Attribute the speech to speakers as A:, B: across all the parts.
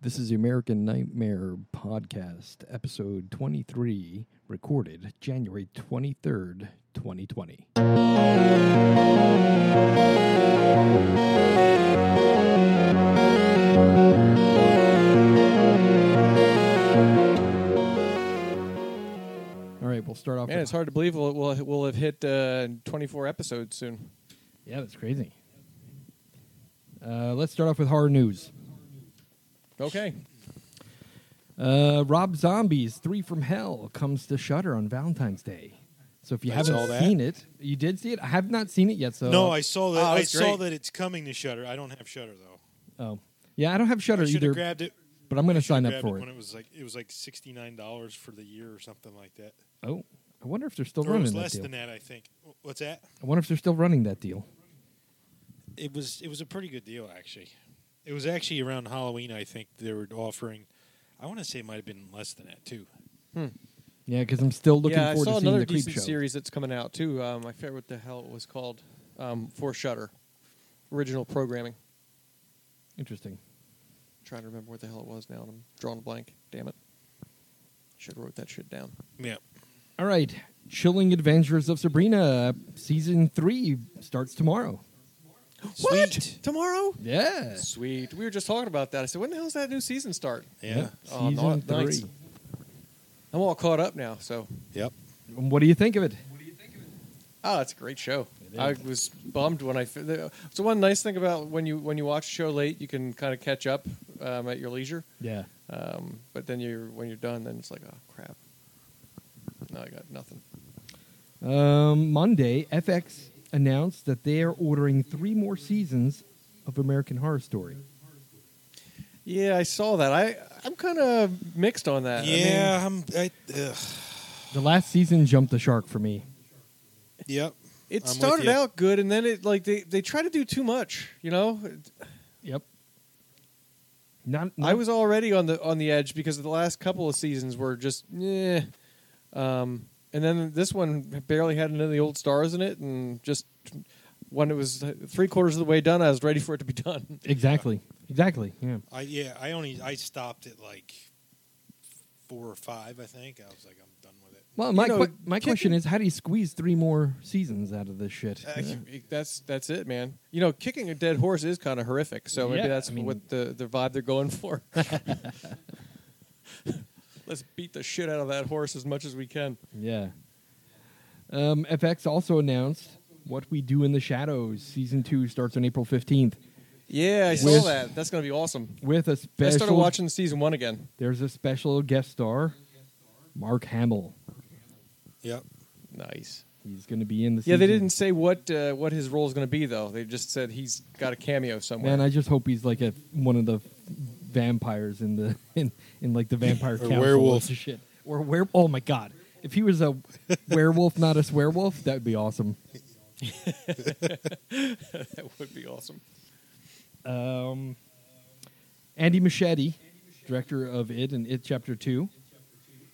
A: This is the American Nightmare Podcast, episode 23, recorded January 23rd, 2020. All right, we'll start off
B: Man,
A: with-
B: it's hard to believe we'll we'll, we'll have hit uh, 24 episodes soon.
A: Yeah, that's crazy. Uh, let's start off with horror news.
B: Okay,
A: Uh, Rob Zombie's Three from Hell comes to Shutter on Valentine's Day. So if you
C: I saw
A: haven't
C: that.
A: seen it, you did see it. I have not seen it yet. So Ah,
C: no, I saw
B: Oh,
C: that. I
B: that's
C: saw
B: great.
C: that it's coming to Shutter. I don't have Shutter though.
A: oh yeah, I don't have Shutter
C: I should
A: either,
C: have grabbed it.
A: but I'm going
C: I
A: to sign
C: shoulda
A: up
C: grabbed
A: for
C: when
A: it.
C: it was like it was like sixty nine dollars for the year or something like that.
A: Oh, I wonder if they're still
C: or it
A: running
C: was
A: that
C: less
A: deal.
C: than that, I think. Wh- What's that?
A: I wonder if they're still running that deal.
C: It was it was a pretty good deal actually. It was actually around Halloween. I think they were offering. I want to say it might have been less than that too.
A: Yeah, because I'm still looking
B: yeah, I
A: forward
B: saw
A: to seeing
B: another
A: the creep
B: decent
A: show.
B: series that's coming out too. Um, I forget what the hell it was called. Um, for Shutter, original programming.
A: Interesting.
B: trying to remember what the hell it was now, and I'm drawing a blank. Damn it! Should have wrote that shit down.
C: Yeah.
A: All right, Chilling Adventures of Sabrina season three starts tomorrow.
B: What
C: Sweet.
B: tomorrow?
A: Yeah,
B: Sweet. We were just talking about that. I said, when the hell's that new season start?
C: Yeah.
A: Yep,
B: Oh,
A: season
B: no,
A: three.
B: nice. I'm all caught up now. So,
C: Yep.
A: And What do you think of it?
B: oh, it's a great show.
A: It is.
B: I was bummed when I. fi- the- So one nice thing about when you when you watch a show late, you can kind of catch up um, at your leisure.
A: Yeah,
B: Um, but then you when you're done, then it's like, oh crap. No, I got nothing.
A: Um, Monday, FX announced that they are ordering three more seasons of American Horror Story.
B: Yeah, I saw that. I I'm kind of mixed on that. Uh, I mean,
C: Yeah. I am I, ugh.
A: The last season jumped the shark for me.
C: Yep.
B: it
C: I'm with
B: started
C: you.
B: out good, and then it like they they try to do too much. You know,
A: Yep. Not,
B: I was already on the on the edge because the last couple of seasons were just eh. Um, and then this one barely had any of the old stars in it, and just when it was three quarters of the way done, I was ready for it to be done.
A: exactly, exactly. Yeah.
C: I yeah. I only I stopped at like four or five. I think I was like I'm done with it.
A: Well, my
B: know,
A: que- my
B: kicking-
A: question is, how do you squeeze three more seasons out of this shit?
B: Uh,
A: Yeah.
B: That's that's it, man. You know, kicking a dead horse is kind of horrific. So maybe
A: Yeah,
B: that's
A: I mean-
B: what the, the vibe they're going for. Let's beat the shit out of that horse as much as we can.
A: Yeah. Um, FX also announced "What We Do in the Shadows" season two starts on April fifteenth
B: Yeah, I saw
A: With-
B: that. That's gonna be awesome.
A: with a
B: I
A: special.
B: started watching season one again.
A: There's a special guest star, Mark Hamill.
C: Yep.
B: Nice.
A: He's going to be in the.
B: Yeah, they
A: season.
B: didn't say what uh, what his role is gonna be though. They just said he's got a cameo somewhere.
A: Man, I just hope he's like a one of the vampires in the in, in like the vampire council
C: werewolf.
A: or shit or were. Oh my god, if he was a werewolf, not a werewolf, that would be awesome.
B: that would be awesome.
A: Um, Andy Machete, director of It and It Chapter Two,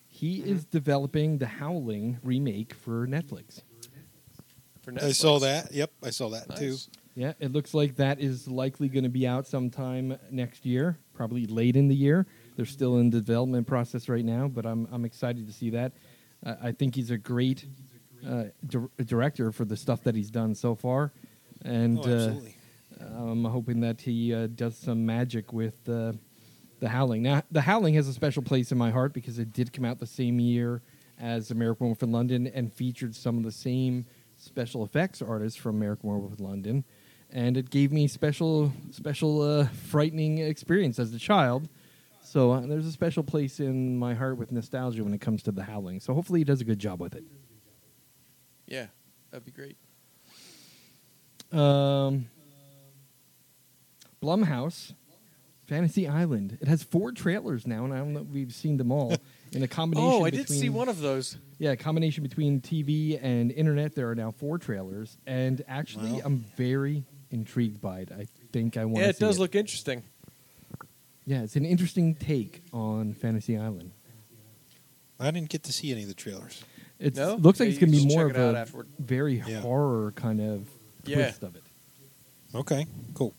A: he is developing the Howling remake for Netflix.
B: For
C: I
B: Netflix.
C: saw that. Yep. I saw that
B: Nice.
C: too.
A: Yeah, it looks like that is likely going to be out sometime next year, probably late in the year. They're still in the development process right now, but I'm I'm excited to see that. I I think he's a great uh, dir- director for the stuff that he's done so far, and
C: Oh, absolutely.
A: uh, I'm hoping that he uh, does some magic with uh, the Howling. Now, the Howling has a special place in my heart because it did come out the same year as American Werewolf in London and featured some of the same special effects artists from American Werewolf in London, and it gave me special, special, uh, frightening experience as a child. So uh, there's a special place in my heart with nostalgia when it comes to the Howling. So hopefully he does a good job with it.
B: Yeah, that'd be great.
A: Um, Blumhouse, Fantasy Island. It has four trailers now, and I don't know if we've seen them all. In a combination.
B: Oh, I
A: between,
B: did see one of those.
A: Yeah, a combination between TV and internet. There are now four trailers, and actually,
C: Wow.
A: I'm very intrigued by it. I think I want.
B: Yeah, it does look interesting.
A: Yeah, it's an interesting take on Fantasy Island.
C: I didn't get to see any of the trailers.
A: It
B: No?
A: looks like
B: Yeah,
A: it's
B: you
A: going to be
B: should
A: more
B: check
A: of
B: it out
A: a
B: afterward.
A: very
C: Yeah.
A: horror kind of
B: Yeah.
A: twist of it.
C: Okay, cool.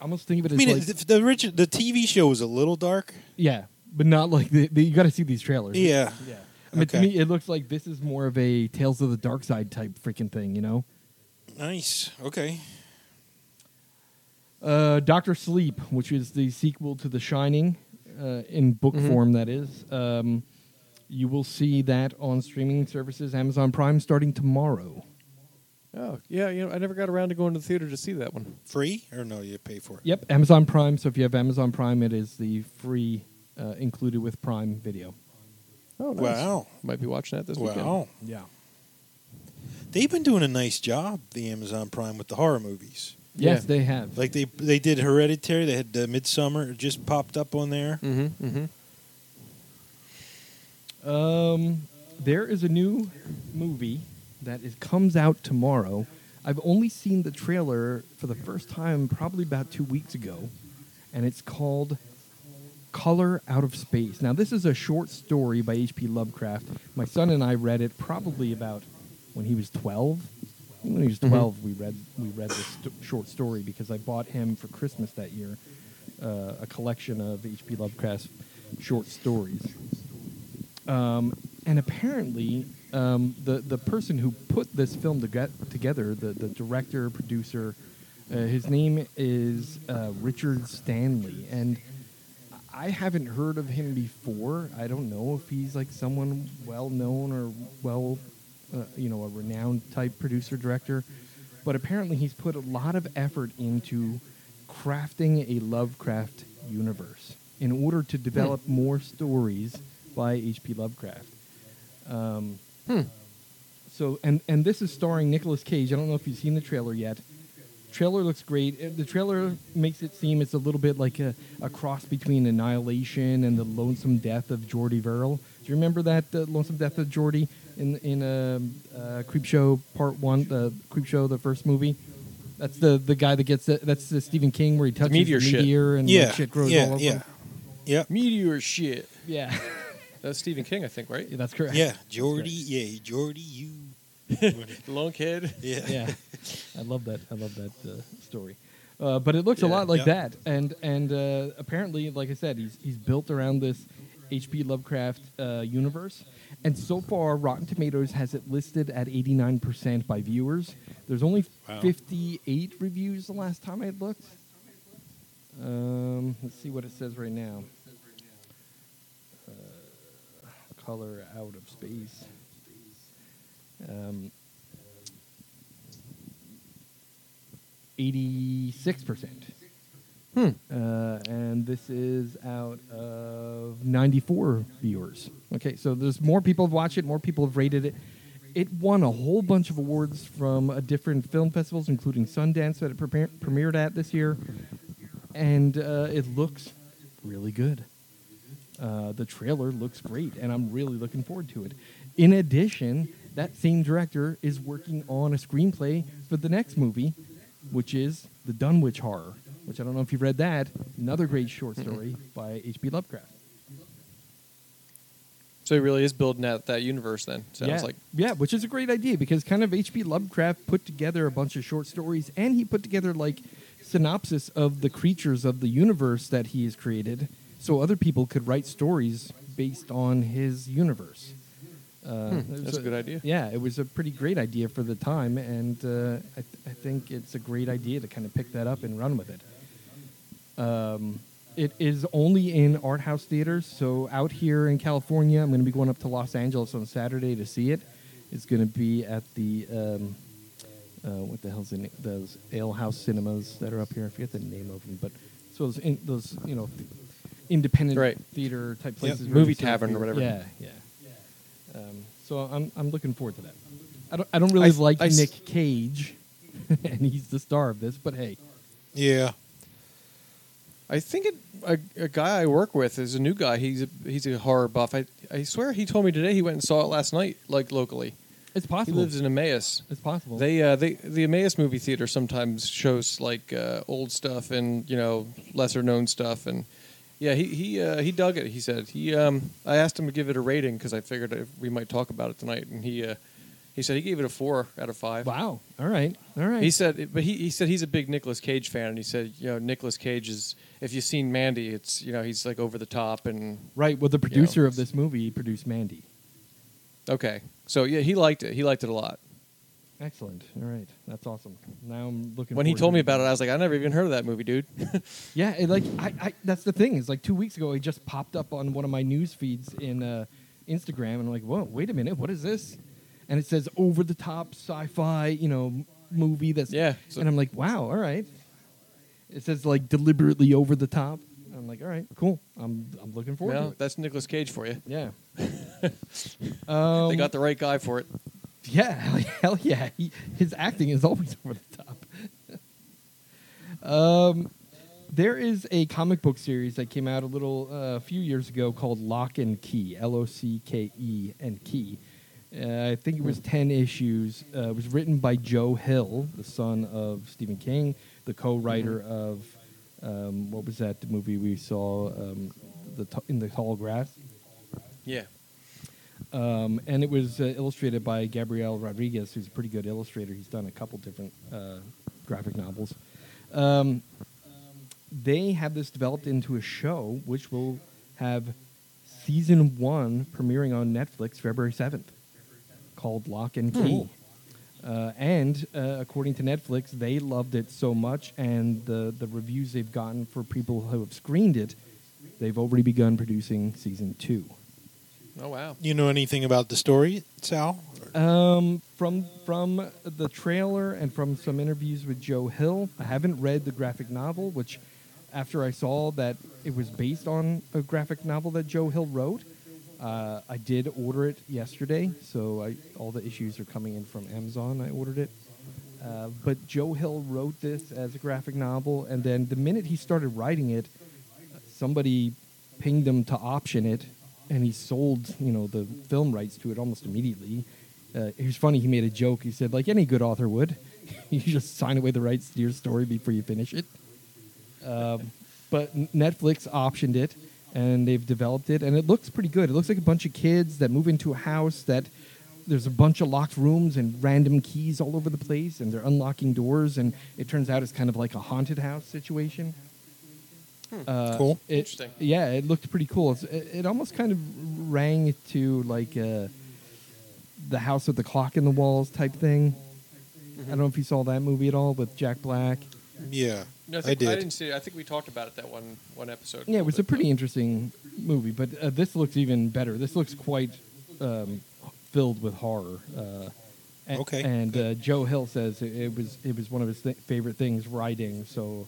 A: almost think of it
C: I
A: as
C: mean,
A: like,
C: it- the original the TV show was a little dark.
A: yeah, but not like the, the, you got to see these trailers.
C: Yeah,
A: yeah. I mean, to
C: Okay.
A: me, it looks like this is more of a Tales of the Dark Side type freaking thing, you know.
C: nice. Okay,
A: Uh, Doctor Sleep, which is the sequel to The Shining, uh, in book
B: Mhm.
A: form, that is. Um, you will see that on streaming services, Amazon Prime, starting tomorrow.
B: Oh yeah, you know I never got around to going to the theater to see that one.
C: free or no? You pay for it.
A: Yep, Amazon Prime. So if you have Amazon Prime, it is the free uh, included with Prime Video.
B: Oh nice.
C: Wow.
B: might be watching that this weekend.
C: Wow.
A: Yeah.
C: They've been doing a nice job, the Amazon Prime, with the horror movies.
A: Yes,
B: Yeah.
A: they have.
C: Like they they did Hereditary. They had uh, Midsummer. It just popped up on there.
A: Mm,
B: Mm-hmm. Mm-hmm.
A: Um, there is a new movie that is, comes out tomorrow. I've only seen the trailer for the first time probably about two weeks ago, and it's called Color Out of Space. Now, this is a short story by H.P. Lovecraft. My son and I read it probably about when he was 12. When he was 12, we read we read this st- short story because I bought him for Christmas that year uh, a collection of H.P. Lovecraft's short stories. Um, and apparently, um, the the person who put this film to together, the the director, producer, uh, his name is uh, Richard Stanley, and I haven't heard of him before. I don't know if he's like someone well known or well, uh, you know, a renowned type producer director, but apparently he's put a lot of effort into crafting a Lovecraft universe in order to develop more stories by H.P. Lovecraft. Um,
B: Hmm,
A: So and and this is starring Nicolas Cage. I don't know if you've seen the trailer yet. Trailer looks great. Uh, The trailer makes it seem it's a little bit like a, a cross between Annihilation and the Lonesome Death of Jordy Verrill. Do you remember that uh, Lonesome Death of Jordy in in um, uh, Creepshow Part One, the Creepshow, the first movie? That's the the guy that gets the, that's the Stephen King where he touches
B: meteor
A: the
B: shit.
A: meteor and like,
C: yeah,
A: shit grows
C: yeah,
A: all over
C: yeah,
A: him.
C: yeah,
B: Meteor shit.
A: Yeah.
B: That's Stephen King, I think, right?
A: yeah, that's correct.
C: yeah. Jordy, yeah, Jordy, you.
B: Lone kid.
C: Yeah,
A: yeah, I love that. I love that uh, story. Uh, but it looks a
C: Yeah,
A: lot like
C: yeah.
A: that, and and uh, apparently, like I said, he's he's built around this H.P. Lovecraft uh, universe, and so far, Rotten Tomatoes has it listed at eighty nine percent by viewers. There's only
C: Wow.
A: fifty eight reviews the last time I looked. Um, let's see what it says right now. Uh, color out of space. Um, 86%.
B: Hmm.
A: Uh, and this is out of 94 viewers. Okay, so there's more people have watched it, more people have rated it. It won a whole bunch of awards from uh, different film festivals, including Sundance that it prepar- premiered at this year. And uh, it looks really good. Uh, the trailer looks great, and I'm really looking forward to it. In addition, that same director is working on a screenplay for the next movie, which is The Dunwich Horror, which I don't know if you've read that. Another great short story by H.P. Lovecraft.
B: So he really is building out that universe. Then sounds
A: yeah.
B: like
A: yeah, which is a great idea because kind of H.P. Lovecraft put together a bunch of short stories, and he put together like synopsis of the creatures of the universe that he has created, so other people could write stories based on his universe. Uh, it was
B: Hmm, that's a good idea.
A: Yeah, it was a pretty great idea for the time, and uh, I, th- I think it's a great idea to kind of pick that up and run with it. Um, it is only in art house theaters, so out here in California, I'm going to be going up to Los Angeles on Saturday to see it. It's going to be at the um, uh, what the hell's in those ale house cinemas that are up here. I forget the name of them, but so those in, those you know independent
B: Right.
A: theater type places, where
B: Movie
A: you sort of
B: tavern or
A: feel-
B: whatever.
A: Yeah, yeah. Um, so I'm I'm looking forward to that. I don't I don't really
B: I-
A: like
B: I s-
A: Nick Cage, and he's the star of this, but hey,
C: yeah.
B: I think it, a, a guy I work with is a new guy. He's a, he's a horror buff. I I swear he told me today he went and saw it last night, like locally.
A: it's
B: He
A: possible.
B: lives in Emmaus.
A: it's possible.
B: They uh, they the Emmaus movie theater sometimes shows like uh, old stuff and you know lesser known stuff and yeah he he uh, he dug it. He said he um I asked him to give it a rating because I figured uh, we might talk about it tonight and he uh, He said he gave it a four out of five.
A: Wow. All right. All right.
B: He said, but he, he said he's a big Nicolas Cage fan, and he said, you know, Nicolas Cage is if you've seen Mandy, it's you know he's like over the top and
A: right. Well, the producer of this movie he produced Mandy.
B: okay. So yeah, he liked it. He liked it a lot.
A: Excellent. All right. That's awesome. Now I'm looking.
B: When he
A: forward to
B: told me
A: it.
B: about it, I was like, I never even heard of that movie, dude.
A: Yeah, it, like I, I, that's the thing is like two weeks ago, it just popped up on one of my news feeds in uh, Instagram, and I'm like, whoa, wait a minute, what is this? And it says over the top sci-fi, you know, m- movie. That's
B: Yeah, so-
A: and I'm like, wow, all right. It says like deliberately over the top. I'm like, all right, cool. I'm I'm looking forward
B: yeah,
A: to it.
B: that's Nicolas Cage for you.
A: Yeah. um,
B: they got the right guy for it.
A: yeah, hell, hell yeah. He, his acting is always over the top. um, there is a comic book series that came out a little uh, a few years ago called Lock and Key, L O C K E and Key. Uh, I think it was 10 issues. Uh, it was written by Joe Hill, the son of Stephen King, the co writer of um, what was that movie we saw um, the t- in the tall grass?
B: Yeah.
A: um, and it was uh, illustrated by Gabriel Rodriguez, who's a pretty good illustrator. He's done a couple different uh, graphic novels. Um, they have this developed into a show, which will have season one premiering on Netflix February seventh, called Lock and Key.
B: Cool.
A: Uh, and uh, according to Netflix, they loved it so much, and the, the reviews they've gotten for people who have screened it, they've already begun producing season two.
B: Oh wow.
C: You know anything about the story, Sal?
A: Um, from from the trailer and from some interviews with Joe Hill, I haven't read the graphic novel. Which, after I saw that it was based on a graphic novel that Joe Hill wrote, uh, I did order it yesterday. So I, all the issues are coming in from Amazon. I ordered it. Uh, but Joe Hill wrote this as a graphic novel, and then the minute he started writing it, somebody pinged him to option it, and he sold you know the film rights to it almost immediately. Uh, it was funny. He made a joke. He said, like any good author would, you just sign away the rights to your story before you finish it. Um, but N- Netflix optioned it, and they've developed it, and it looks pretty good. It looks like a bunch of kids that move into a house that there's a bunch of locked rooms and random keys all over the place, and they're unlocking doors, and it turns out it's kind of like a haunted house situation. Uh,
C: Cool.
A: it-
B: Interesting.
A: Yeah, it looked pretty cool. It's, it, it almost kind of rang to like uh, the house with the clock in the walls type thing. I don't know if you saw that movie at all with Jack Black.
C: Yeah,
B: No, I,
C: I
B: think, I,
C: did.
B: didn't see. it. I think we talked about it that one one episode.
A: Yeah, it
B: little
A: was a
B: bit,
A: pretty
B: though.
A: interesting movie, but uh, this looks even better. This looks quite um, filled with horror. Uh, a-
C: Okay,
A: And uh, Joe Hill says it, it was it was one of his th- favorite things writing. So,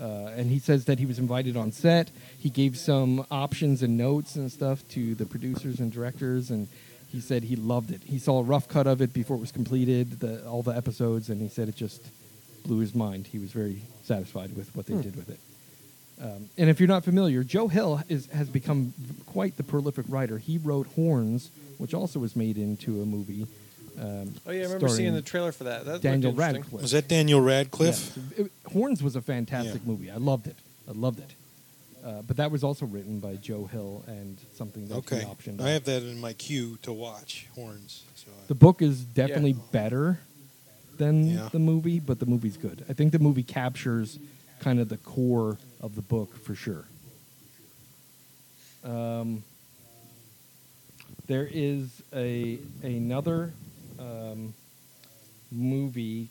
A: uh, and he says that he was invited on set. He gave some options and notes and stuff to the producers and directors, and he said he loved it. He saw a rough cut of it before it was completed, the, all the episodes, and he said it just blew his mind. He was very satisfied with
C: Hmm.
A: what they did with it. Um, and if you're not familiar, Joe Hill is, has become quite the prolific writer. He wrote Horns, which also was made into a movie. Um,
B: Oh yeah, I remember
A: starring
B: seeing the trailer for that. That looked
A: Daniel
B: interesting.
A: Radcliffe.
C: Was that Daniel
A: Yes.
C: Radcliffe?
A: It- Horns was a fantastic
C: Yeah.
A: movie. I loved it. I loved it. Uh, but that was also written by Joe Hill and something that he
C: Okay,
A: optioned.
C: I have that in my queue to watch. Horns. So I- Oh,
A: The book is definitely better than
C: Yeah.
A: the movie, but the movie's good. I think the movie captures kind of the core of the book for sure. Um, there is a another um, movie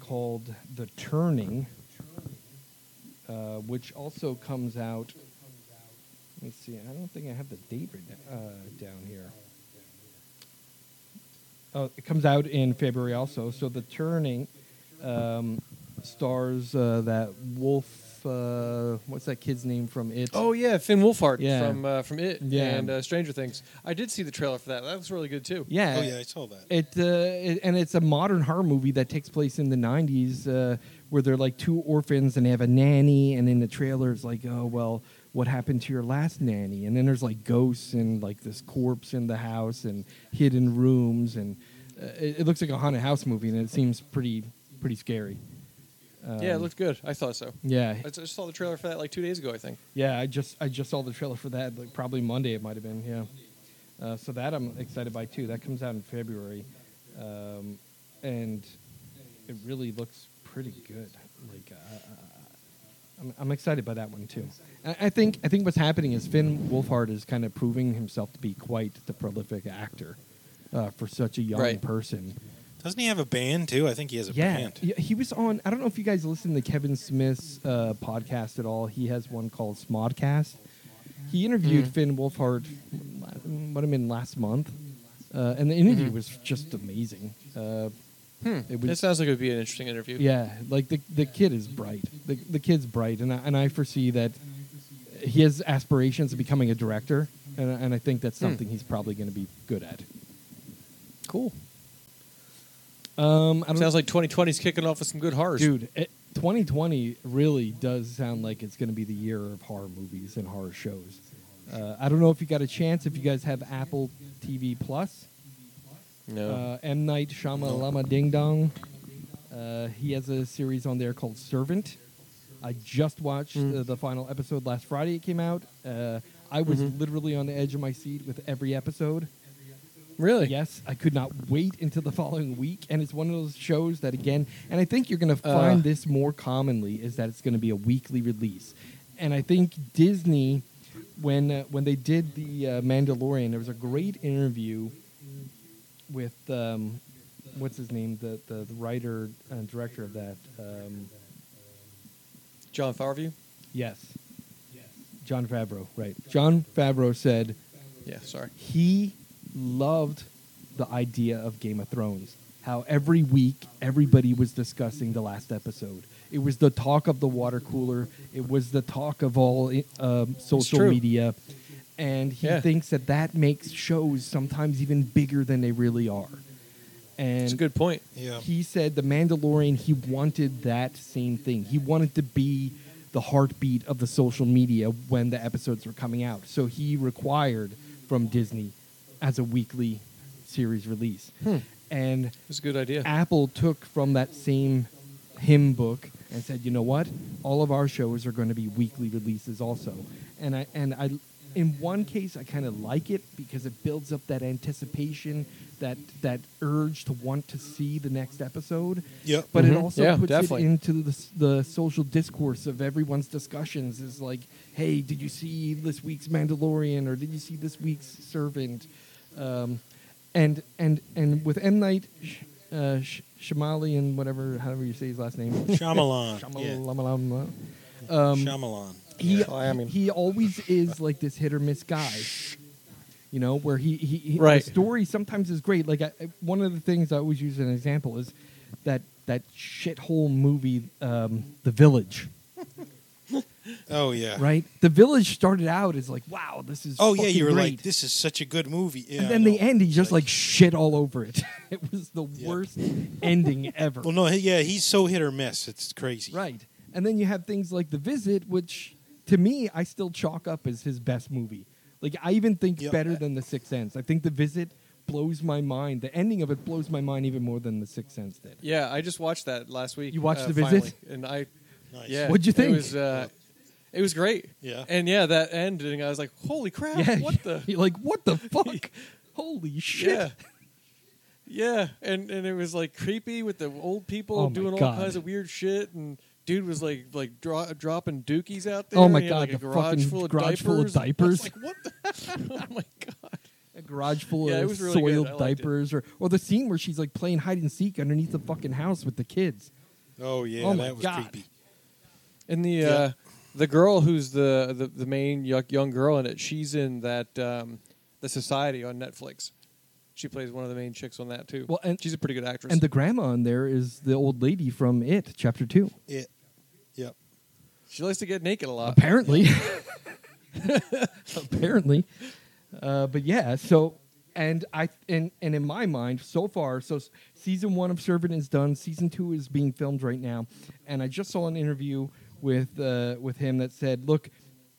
A: called The Turning, uh, which also comes out. Let me see. I don't think I have the date written, uh, down here. Oh, it comes out in February also. So the turning um, stars uh, that wolf. Uh, what's that kid's name from it?
B: Oh yeah, Finn Wolfhard
A: Yeah.
B: from uh, from It
A: Yeah.
B: and uh, Stranger Things. I did see the trailer for that. That was really good too.
A: yeah.
C: oh yeah, I saw that.
A: It, uh, it and it's a modern horror movie that takes place in the '90s, uh, where they're like two orphans and they have a nanny, and in the trailer it's like, oh well, what happened to your last nanny? And then there's like ghosts and like this corpse in the house and hidden rooms, and uh, it, it looks like a haunted house movie, and it seems pretty pretty scary.
B: yeah, it looked good. I thought so.
A: Yeah,
B: I just saw the trailer for that like two days ago. I think.
A: yeah. I just I just saw the trailer for that. Like probably Monday it might have been. Yeah. Uh, so that I'm excited by too. That comes out in February. um, and it really looks pretty good. Like uh, I'm, I'm excited by that one too. I, I think I think what's happening is Finn Wolfhard is kind of proving himself to be quite the prolific actor uh, for such a young
B: Right.
A: person.
C: Doesn't he have a band too? I think he has a
A: yeah,
C: band.
A: yeah, he was on. I don't know if you guys listen to Kevin Smith's uh, podcast at all. He has one called Smodcast. He interviewed
B: Mhm.
A: Finn Wolfhard, mm, what I mean, last month, uh, and the interview
B: Mm-hmm.
A: was just amazing. Uh,
B: Hmm.
A: It
B: It,
A: would-
B: sounds like it would be an interesting interview.
A: yeah, like the the kid is bright. The the kid's bright, and I, and I foresee that he has aspirations of becoming a director, and I- and I think that's
B: Hmm.
A: something he's probably going to be good at.
B: Cool.
A: Um, I don't
B: Sounds like 2020's kicking off with some good horrors.
A: dude. It, 2020 really does sound like it's going to be the year of horror movies and horror shows. Uh, I don't know if you got a chance. If you guys have Apple TV Plus,
B: No.
A: uh, M Night Shyamalama Ding Dong. Uh, he has a series on there called Servant. I just watched
B: Mm.
A: uh, the final episode last Friday. It came out. Uh, I was
B: Mhm.
A: literally on the edge of my seat with every episode.
B: really?
A: Yes, I could not wait until the following week, and it's one of those shows that again, and I think you're going to
B: Uh.
A: find this more commonly is that it's going to be a weekly release, and I think Disney, when uh, when they did the uh, Mandalorian, there was a great interview with um, what's his name, the the, the writer and director of that. Um,
B: John Farview?
A: yes, John Favreau, right? John Favreau said
B: Yeah, sorry.
A: he loved the idea of Game of Thrones. How every week everybody was discussing the last episode. It was the talk of the water cooler. It was the talk of all um, social
B: true.
A: media, and he
B: Yeah.
A: thinks that that makes shows sometimes even bigger than they really are. And
B: It's a good point.
C: Yeah.
A: he said the Mandalorian, he wanted that same thing. He wanted to be the heartbeat of the social media when the episodes were coming out. So he required from Disney as a weekly series release. And
B: It's a good idea.
A: Apple took from that same hymn book and said, you know what? All of our shows are going to be weekly releases also. And I and I in one case I kind of like it because it builds up that anticipation, that that urge to want to see the next episode.
C: Yep.
A: But it
B: Mhm.
A: also
B: Yeah,
A: puts
B: definitely.
A: it into the, s- the social discourse of everyone's discussions. Is like, hey, did you see this week's Mandalorian or did you see this week's Servant? Um, and and and with M Night, Sh- uh, Sh- Shamali and whatever, however you say his last name,
C: Shyamalan. yeah.
A: Shamalamalama. Um,
C: Shyamalan.
A: He,
B: Yeah. I mean-
A: he always is like this hit or miss guy. You know, where he, he, he
B: Right.
A: the story sometimes is great. Like I, I- one of the things I always use as an example is that that shithole movie, um, The Village.
C: Oh yeah.
A: Right, The Village started out as like, wow, this is
C: Oh yeah.
A: fucking
C: You were
A: great.
C: like, this is such a good movie. Yeah,
A: and
C: I
A: then the
C: know.
A: end, he just like shit all over it. it was the
C: Yeah.
A: worst ending ever.
C: Well, no. he- Yeah, he's so hit or miss. It's crazy.
A: Right. And then you have things like The Visit, which to me, I still chalk up as his best movie. Like, I even think
C: Yep.
A: better than The Sixth Sense. I think The Visit blows my mind. The ending of it blows my mind even more than The Sixth Sense did.
B: Yeah, I just watched that last week.
A: You watched
B: uh,
A: The Visit?
B: finally, and I,
C: Nice.
B: yeah,
A: What'd you think?
B: It was, uh, it was great.
C: Yeah.
B: and yeah, that ending, I was like, "Holy crap! What the?
A: You're like, what the fuck? Holy shit.
B: Yeah, yeah." And and it was like creepy with the old people
A: Oh my
B: doing all
A: God.
B: kinds of weird shit, and dude was like like dro- dropping dookies out there.
A: Oh my
B: and he had,
A: God,
B: like a
A: the
B: garage
A: fucking
B: full of
A: garage
B: diapers.
A: full of
B: I was
A: diapers.
B: like what the? oh my god!
A: A garage full
B: Yeah, it
A: of
B: was really
A: soiled
B: good. I liked it.
A: diapers, or, or the scene where she's like playing hide and seek underneath the fucking house with the kids.
C: Oh yeah.
A: Oh, my
C: that was
A: God.
C: creepy.
B: And the
C: Yeah.
B: uh, the girl who's the, the the main yo- young girl in it, she's in that um, the Society on Netflix. She plays one of the main chicks on that too.
A: Well, and-
B: she's a pretty good actress.
A: And the grandma in there is the old lady from It, Chapter 2.
C: It. Yep.
B: she likes to get naked a lot.
A: apparently apparently uh, but yeah so and i and and in my mind so far so s- season one of servant is done season two is being filmed right now and i just saw an interview with uh, with him that said look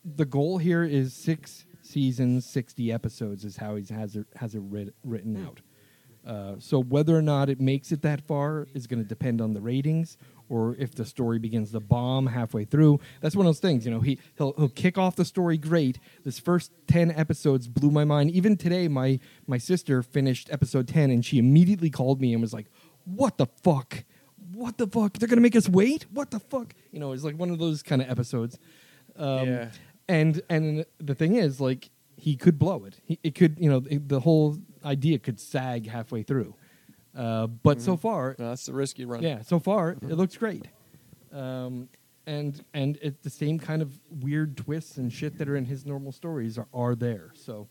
A: the goal here is six seasons 60 episodes is how he has it has it writ- written out uh, so whether or not it makes it that far is going to depend on the ratings or if the story begins to bomb halfway through. That's one of those things, you know. He he'll, he'll kick off the story great. This first ten episodes blew my mind. Even today, my my sister finished episode ten, and she immediately called me and was like, "What the fuck? What the fuck? They're gonna make us wait? What the fuck?" You know, it's like one of those kind of episodes. Um,
B: Yeah.
A: And and the thing is, like, he could blow it. He, it could, you know, it- the whole idea could sag halfway through. Uh, but so far,
B: No, that's the risky run.
A: yeah, so far it looks great. Um, and and it, the same kind of weird twists and shit that are in his normal stories are, are there. So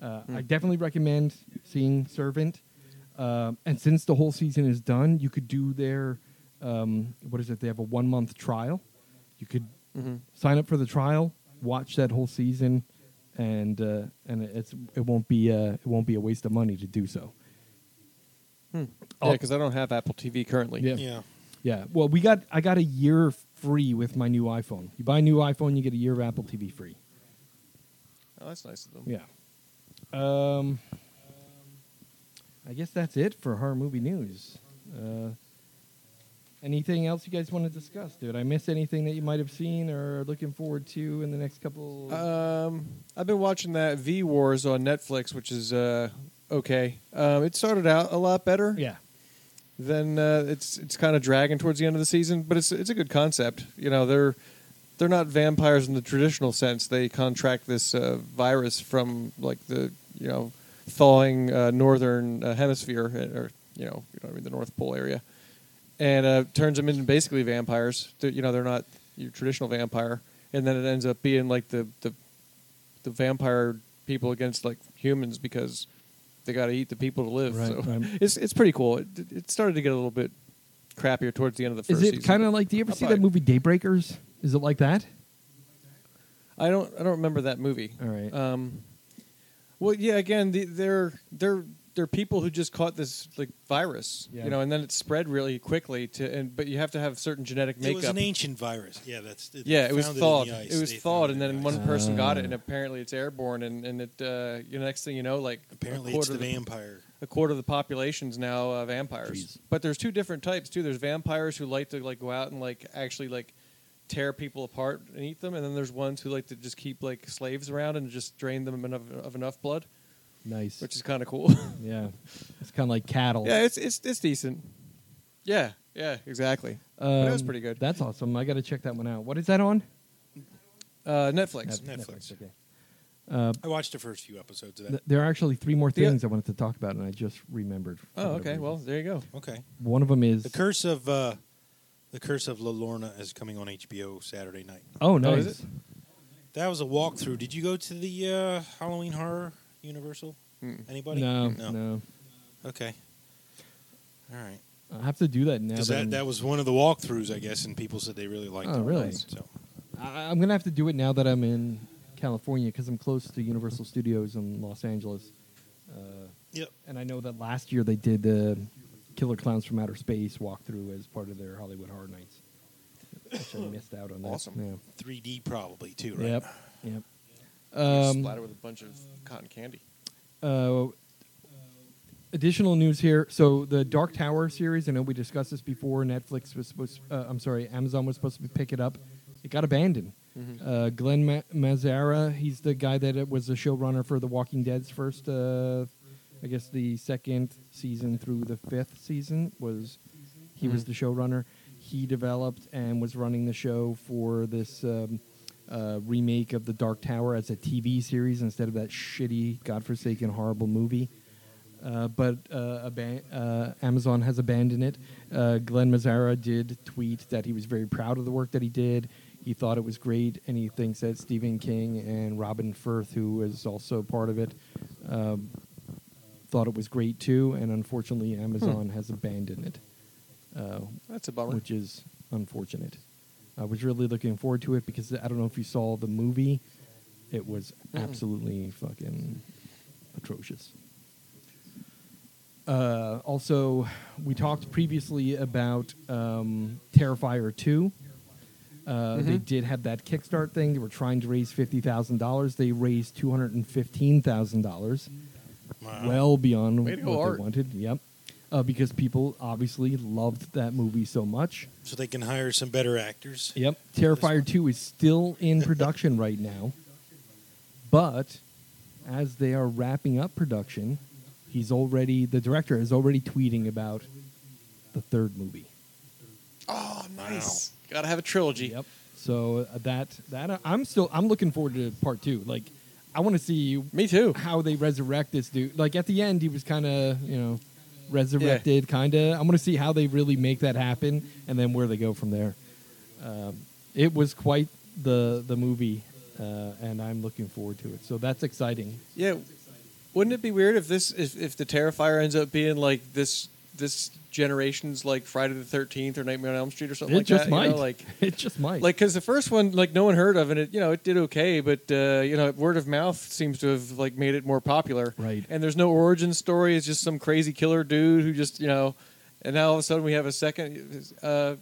A: uh, I definitely recommend seeing Servant. Um, and since the whole season is done, you could do their um, what is it? They have a one month trial. You could
B: Mhm.
A: sign up for the trial, watch that whole season, and uh, and it's it won't be uh, it won't be a waste of money to do so.
B: Yeah, because I don't have Apple TV currently.
A: Oh. Yeah.
C: Yeah.
A: Yeah. Well, we got I got a year free with my new iPhone. You buy a new iPhone, you get a year of Apple TV free.
B: Oh, that's nice of them.
A: Yeah. Um, I guess that's it for horror movie news. Uh, anything else you guys want to discuss, dude? I miss anything that you might have seen or are looking forward to in the next couple?
B: Um, I've been watching that V Wars on Netflix, which is uh, okay. Um, it started out a lot better.
A: yeah.
B: Then uh, it's it's kind of dragging towards the end of the season, but it's it's a good concept. You know, they're they're not vampires in the traditional sense. They contract this uh, virus from like the you know thawing uh, northern uh, hemisphere uh, or you know, you know I mean the North Pole area, and uh, turns them into basically vampires. They're, you know, they're not your traditional vampire, and then it ends up being like the the the vampire people against like humans because they got to eat the people to live.
A: Right,
B: so
A: right.
B: it's it's pretty cool. It, it started to get a little bit crappier towards the end of the first.
A: Is it
B: season.
A: kind of like? Do you ever
B: I'll
A: see
B: buy
A: that
B: it.
A: movie Daybreakers? Is it like that?
B: I don't I don't remember that movie.
A: All right.
B: Um, well, yeah. Again, the, they're they're they're people who just caught this like virus,
A: Yeah.
B: you know, and then it spread really quickly. To and but you have to have certain genetic
C: It was
B: makeup.
C: an ancient virus. Yeah, that's. It
B: yeah, it was
C: found in the
B: thawed.
C: ice.
B: It was
C: They
B: thawed,
C: found it
B: and then
C: in
B: one
C: ice.
B: person got it,
A: Ah.
B: and apparently it's airborne, and and it uh, you know, next thing you know, like a
C: Apparently, it's
B: quarter
C: the
B: of the-
C: vampire.
B: a quarter of the population's now uh, vampires.
A: Jeez.
B: But there's two different types too. There's vampires who like to like go out and like actually like tear people apart and eat them, and then there's ones who like to just keep like slaves around and just drain them enough, of enough blood,
A: nice.
B: which is kind of cool.
A: yeah. It's kind of like cattle.
B: yeah, it's it's it's decent. Yeah, yeah, exactly. but it was
A: Um,
B: pretty good.
A: That's awesome. I got to check that one out. What is that on?
B: Uh, Netflix.
C: Net- Netflix.
A: okay.
C: I watched the first few episodes of that.
A: Th- there are actually three more
B: Yeah.
A: things I wanted to talk about, and I just remembered. for
B: Oh,
A: whatever
B: okay.
A: reason.
B: Well, there you go.
C: okay.
A: one of them is.
C: The curse of uh, the curse of La Lorna is coming on HBO Saturday night.
A: oh,
B: Oh,
A: nice.
B: is it?
C: That was a walkthrough. Did you go to the uh, Halloween Horror Universal?
B: Mm.
C: Anybody?
A: No, no,
C: Okay. All right.
A: I have to do that now.
C: Because
A: I'm-
C: that, that was one of the walkthroughs, I guess, and people said they really liked
A: Oh,
C: it.
A: really?
C: So
A: I, I'm gonna have to do it now that I'm in California because I'm close to Universal Studios in Los Angeles,
C: yep.
A: and I know that last year they did the Killer Clowns from Outer Space walkthrough as part of their Hollywood Horror Nights, which I missed out on. That.
B: Awesome.
A: Yeah.
C: 3D probably too, right?
A: Yep. Yep. Um,
B: Splatter with a bunch of cotton candy.
A: uh, additional news here. So the Dark Tower series. I know we discussed this before. Netflix was supposed. Uh, I'm sorry, Amazon was supposed to pick it up. It got abandoned.
B: Mm-hmm.
A: Uh, Glenn Ma- Mazzara. He's the guy that uh, was the showrunner for The Walking Dead's first. Uh, I guess the second season through the fifth season was. He was
B: Mhm.
A: the showrunner. He developed and was running the show for this. Um, uh, remake of the Dark Tower as a TV series instead of that shitty, godforsaken, horrible movie. Uh, but uh, aban- uh, Amazon has abandoned it. Uh, Glenn Mazzara did tweet that he was very proud of the work that he did. He thought it was great, and he thinks that Stephen King and Robin Firth, who was also part of it, um, thought it was great too. And unfortunately, Amazon has abandoned it Uh,
B: That's a bummer.
A: which is unfortunate. I was really looking forward to it because I don't know if you saw the movie. It was absolutely fucking atrocious. Uh, also, we talked previously about um, Terrifier 2. Uh,
B: Mm-hmm.
A: They did have that Kickstart thing. They were trying to raise $50,000. They raised $215,000
C: Wow.
A: well beyond what
B: Way to
A: they
B: go, Art.
A: wanted. Yep. uh, because people obviously loved that movie so much.
C: so they can hire some better actors.
A: Yep. Terrifier 2 is still in production right now. But as they are wrapping up production, he's already the director is already tweeting about the third movie.
B: Oh, nice. Gotta have a trilogy.
A: Yep. So uh, that that uh, I'm still I'm looking forward to part 2. Like I want to see
B: Me too.
A: how they resurrect this dude. Like at the end he was kind of, you know, resurrected kind of. I want to see how they really make that happen and then where they go from there. Um, it was quite the the movie, uh, and I'm looking forward to it. So that's exciting.
B: Yeah. Wouldn't it be weird if this if, if the Terrifier ends up being like this this generation's like Friday the Thirteenth or Nightmare on Elm Street or something
A: it
B: like
A: just
B: that?
A: might.
B: You know, like
A: it just might.
B: like because the first one like no one heard of and it you know it did okay but uh, you know word of mouth seems to have like made it more popular
A: Right.
B: and there's no origin story it's just some crazy killer dude who just you know and now all of a sudden we have a second uh,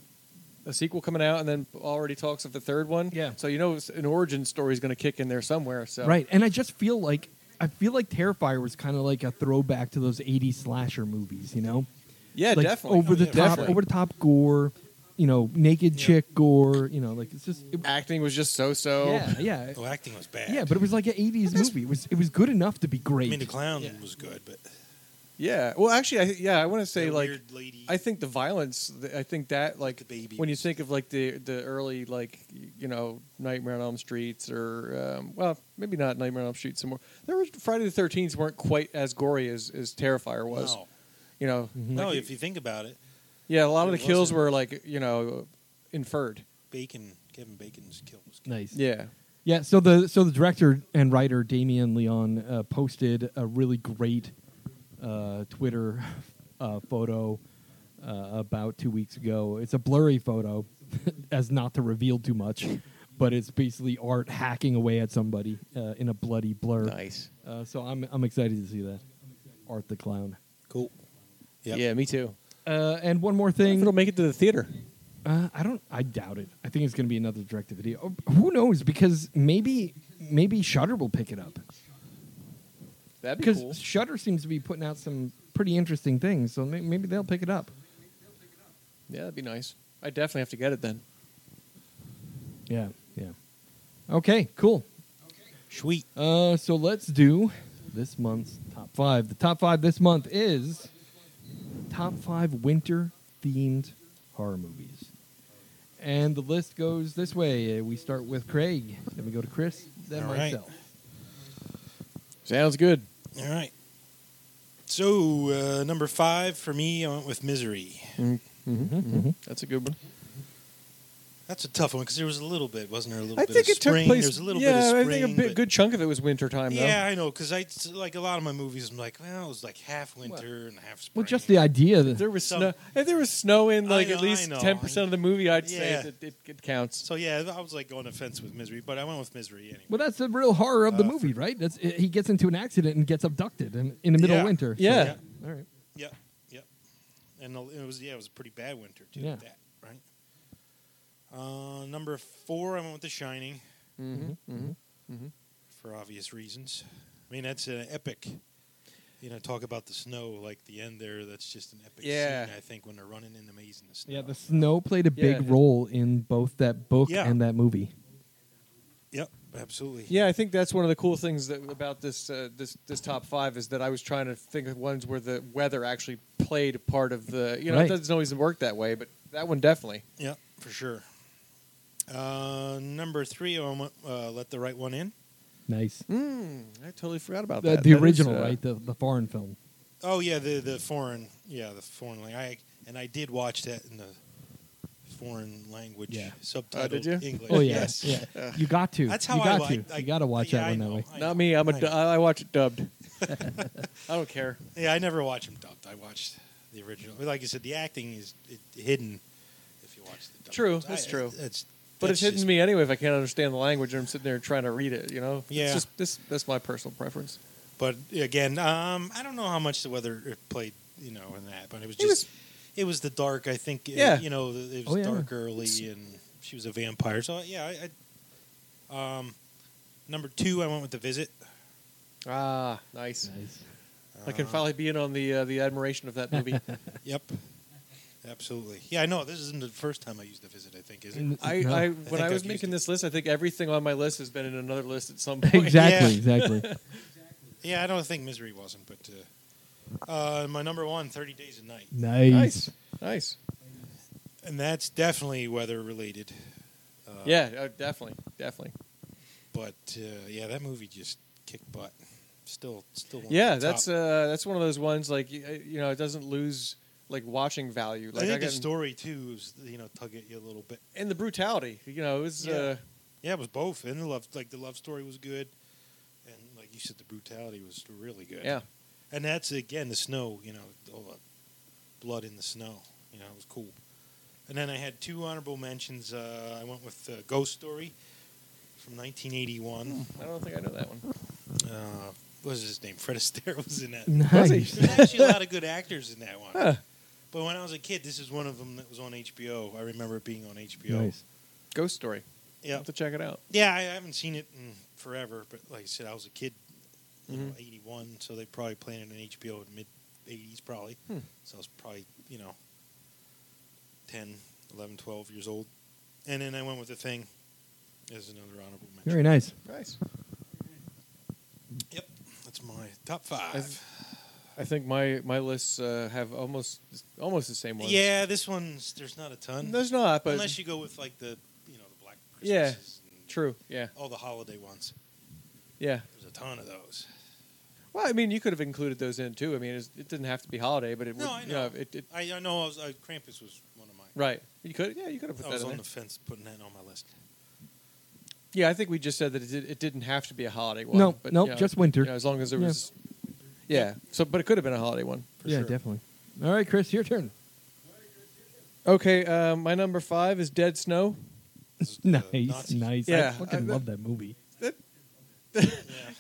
B: a sequel coming out and then already talks of the third one
A: Yeah.
B: so you know it's- an origin story is going to kick in there somewhere so
A: right. And I just feel like I feel like Terrifier was kind of like a throwback to those '80s slasher movies. You know.
B: yeah
A: like
B: definitely
A: over the
C: yeah,
A: top,
B: definitely.
A: over the top gore, you know, naked
C: Yeah.
A: chick gore, you know, like it's just, it-
B: acting was just so so
A: yeah, yeah,
C: Oh, acting was bad.
A: yeah. But it was like an '80s movie. It was it was good enough to be
C: I
A: great.
C: mean, the clown
B: Yeah.
C: was good, but
B: yeah well actually I, yeah i want to say
C: that
B: like
C: weird lady.
B: I think the violence. th- I think that like
C: The baby
B: when you
C: was-
B: think of like the the early like you know Nightmare on Elm Streets or um, well maybe not Nightmare on Elm Street some more. There was Friday the Thirteenth weren't quite as gory as as Terrifier was.
C: no,
B: You know,
A: Mm-hmm.
C: no.
B: like-
C: if you think about it,
B: yeah, a lot of
C: it
B: the kills
C: wasn't.
B: were like you know inferred.
C: Bacon, Kevin Bacon's kill was good.
A: nice.
B: Yeah,
A: Yeah, so the so the director and writer Damien Leon uh, posted a really great uh, Twitter uh, photo uh, about two weeks ago. It's a blurry photo, as not to reveal too much, but it's basically art hacking away at somebody uh, in a bloody blur.
B: nice.
A: Uh, so I'm I'm excited to see that Art the Clown.
C: Cool. Yep.
B: Yeah, me too.
A: Uh, and one more
B: I think it'll
A: thing,
B: make it to the theater.
A: uh, I don't, I doubt it. I think it's going to be another direct video. Oh, Who knows? Because maybe maybe Shutter will pick it up.
B: That'd be
A: because
B: cool.
A: Shutter seems to be putting out some pretty interesting things, so may- maybe they'll pick it up.
B: Yeah, that'd be nice. I definitely have to get it then.
A: Yeah, yeah. Okay, cool.
C: Sweet.
A: Uh, so let's do this month's top five. The top five this month is top five winter themed horror movies, and the list goes this way. Uh, We start with Craig, then we go to Chris, then
C: All right.
A: myself.
B: Sounds good.
C: All right. So uh, number five for me, I went with Misery.
B: That's a good one.
C: That's a tough one because there was a little bit, wasn't there? A little
B: I
C: bit
B: think
C: of
B: it took
C: spring.
B: place.
C: There's a little
B: yeah,
C: bit of spring.
B: I think a bit,
C: but-
B: good chunk of it was winter time.
C: Yeah, I know because I like a lot of my movies. I'm like, well, it was like half winter and half spring.
A: Well, just the idea
B: though. there
A: that
B: was
C: Some-
B: snow. If there was snow in
C: I
B: like
C: know,
B: at
C: I
B: least
C: know.
B: ten percent of the movie, I'd
C: Yeah.
B: say it, it, it counts.
C: So yeah, I was like on the fence with Misery, but I went with Misery anyway.
A: well, that's the real horror of the
C: Uh,
A: movie, right? That's he gets into an accident and gets abducted in, in the middle
C: Yeah.
A: of winter. So-
B: Yeah.
C: Yeah.
A: all right.
C: Yeah, yeah, and the- it was yeah, it was a pretty bad winter too.
A: Yeah.
C: That right. Uh, number four, I went with The Shining
B: Mm-hmm.
C: for obvious reasons. I mean, that's an epic. You know, talk about the snow, like the end there. That's just an epic
B: Yeah.
C: scene. I think when they're running in the maze in the snow.
A: Yeah, the snow played a big
B: Yeah.
A: role in both that book
C: Yeah.
A: and that movie.
C: Yep, absolutely.
B: Yeah, I think that's one of the cool things that, about this uh, this this top five is that I was trying to think of ones where the weather actually played a part of the. You know,
A: Right.
B: it doesn't always work that way, but that one definitely.
C: Yeah, for sure. Uh, number three, I went, uh, let the right one in.
A: Nice.
B: Mm, I totally forgot about
A: The,
B: that.
A: the
B: That is,
A: original,
B: uh,
A: right? The, the foreign film.
C: Oh yeah, the the foreign, yeah, the foreign language. I and I did watch that in the foreign language
A: Yeah.
C: subtitled
B: Oh, did you?
C: English.
A: Oh yeah,
C: yes.
A: yeah. You got to.
C: That's how
A: you
C: I
A: got
C: like.
A: to.
C: I,
A: you got to watch
C: yeah,
A: that
C: I
A: one that
C: know,
A: way.
C: I know,
B: Not me. I'm a.
C: I
B: du-
C: know.
B: I watch it dubbed. I don't care.
C: Yeah, I never watch them dubbed. I watched the original. Like you said, the acting is it, hidden. If you watch the dubbed
B: True,
C: ones.
B: that's
C: I-
B: true.
C: That's
B: But
C: that's
B: it's hitting
C: just-
B: me anyway if I can't understand the language and I'm sitting there trying to read it, you know?
C: Yeah.
B: It's just this that's my personal preference.
C: But again, um, I don't know how much the weather it played, you know, in that. But it was
B: It was-
C: just, it was, the dark. I think, uh,
B: Yeah.
C: you know, it was
A: Oh, yeah.
C: dark early, and she was a vampire. So yeah, I, I um, number two, I went with the visit.
B: Ah, nice.
A: Nice.
C: Uh,
B: I can finally be in on the uh, the admiration of that movie.
C: Yep. Absolutely. Yeah, I know. This isn't the first time I used to visit, I think, is
A: Mm.
C: it?
B: I,
A: No.
B: I
A: I
B: when
C: think
B: I,
C: I've
B: was
C: used
B: making
C: it.
B: this list, I think everything on my list has been in another list at some point.
A: exactly,
C: Yeah.
A: exactly.
C: Yeah, I don't think Misery wasn't, but uh, uh, my number one, 30 Days a Night.
A: nice.
B: Nice, nice.
C: And that's definitely weather related. Uh,
B: yeah, uh, definitely, definitely.
C: But uh, yeah, that movie just kicked butt. Still, still. one of
B: Yeah,
C: the
B: that's
C: top.
B: uh, that's one of those ones like y- you know it doesn't lose like watching value. Like
C: I think
B: got-
C: the story too was you know tug at you a little bit.
B: and the brutality. You know, it was
C: Yeah.
B: uh,
C: Yeah, it was both, and the love like the love story was good, and like you said, the brutality was really good.
B: yeah,
C: and that's again the snow. You know, all the blood in the snow. You know, it was cool. And then I had two honorable mentions. Uh, I went with uh, Ghost Story from 1981.
B: I don't think I know that one.
C: Uh, what was his name? Fred Astaire was in that.
A: Nice.
C: There's actually a lot of good actors in that one.
B: Huh.
C: But when I was a kid, this is one of them that was on HBO. I remember it being on HBO.
A: nice.
B: Ghost Story. I'll
C: Yeah,
B: have to check it out.
C: yeah. I haven't seen it in forever, but like I said, I was a kid, you know,
B: Mhm.
C: '81, so they probably planned it on HBO in mid '80s, probably.
B: Hmm.
C: So I was probably you know 10, 11, 12 years old, and then I went with the thing as another honorable mention.
A: Very nice.
B: Nice.
C: Yep, that's my top five.
B: I think my my lists uh, have almost almost the same ones.
C: yeah, this one's there's not a ton.
B: there's not, but
C: unless you go with like the you know the black
B: Yeah.
C: Christmases and
B: true. Yeah,
C: all the holiday ones.
B: yeah.
C: There's a ton of those.
B: Well, I mean, you could have included those in too. I mean, it's, it didn't have to be holiday, but it
C: No,
B: would.
C: I
B: You know,
C: know.
B: it, it,
C: I, I know I was I, Krampus was one of mine.
B: right. You could. Yeah, you could have put
C: I
B: that
C: was
B: in
C: on
B: there.
C: the fence putting that on my list.
B: Yeah, I think we just said that it, did, it didn't have to be a holiday one.
A: No,
B: but,
A: no,
B: you know,
A: just winter.
B: you know, as long as there
A: Yeah.
B: was. Yeah. So, but it could have been a holiday one. for
A: yeah,
B: sure.
A: definitely. All right, Chris, your turn.
B: Okay, uh, my number five is Dead Snow.
C: This is the
A: Nice,
C: Nazis.
A: nice.
B: Yeah,
A: I fucking
B: I-
A: love that movie.
C: Yeah.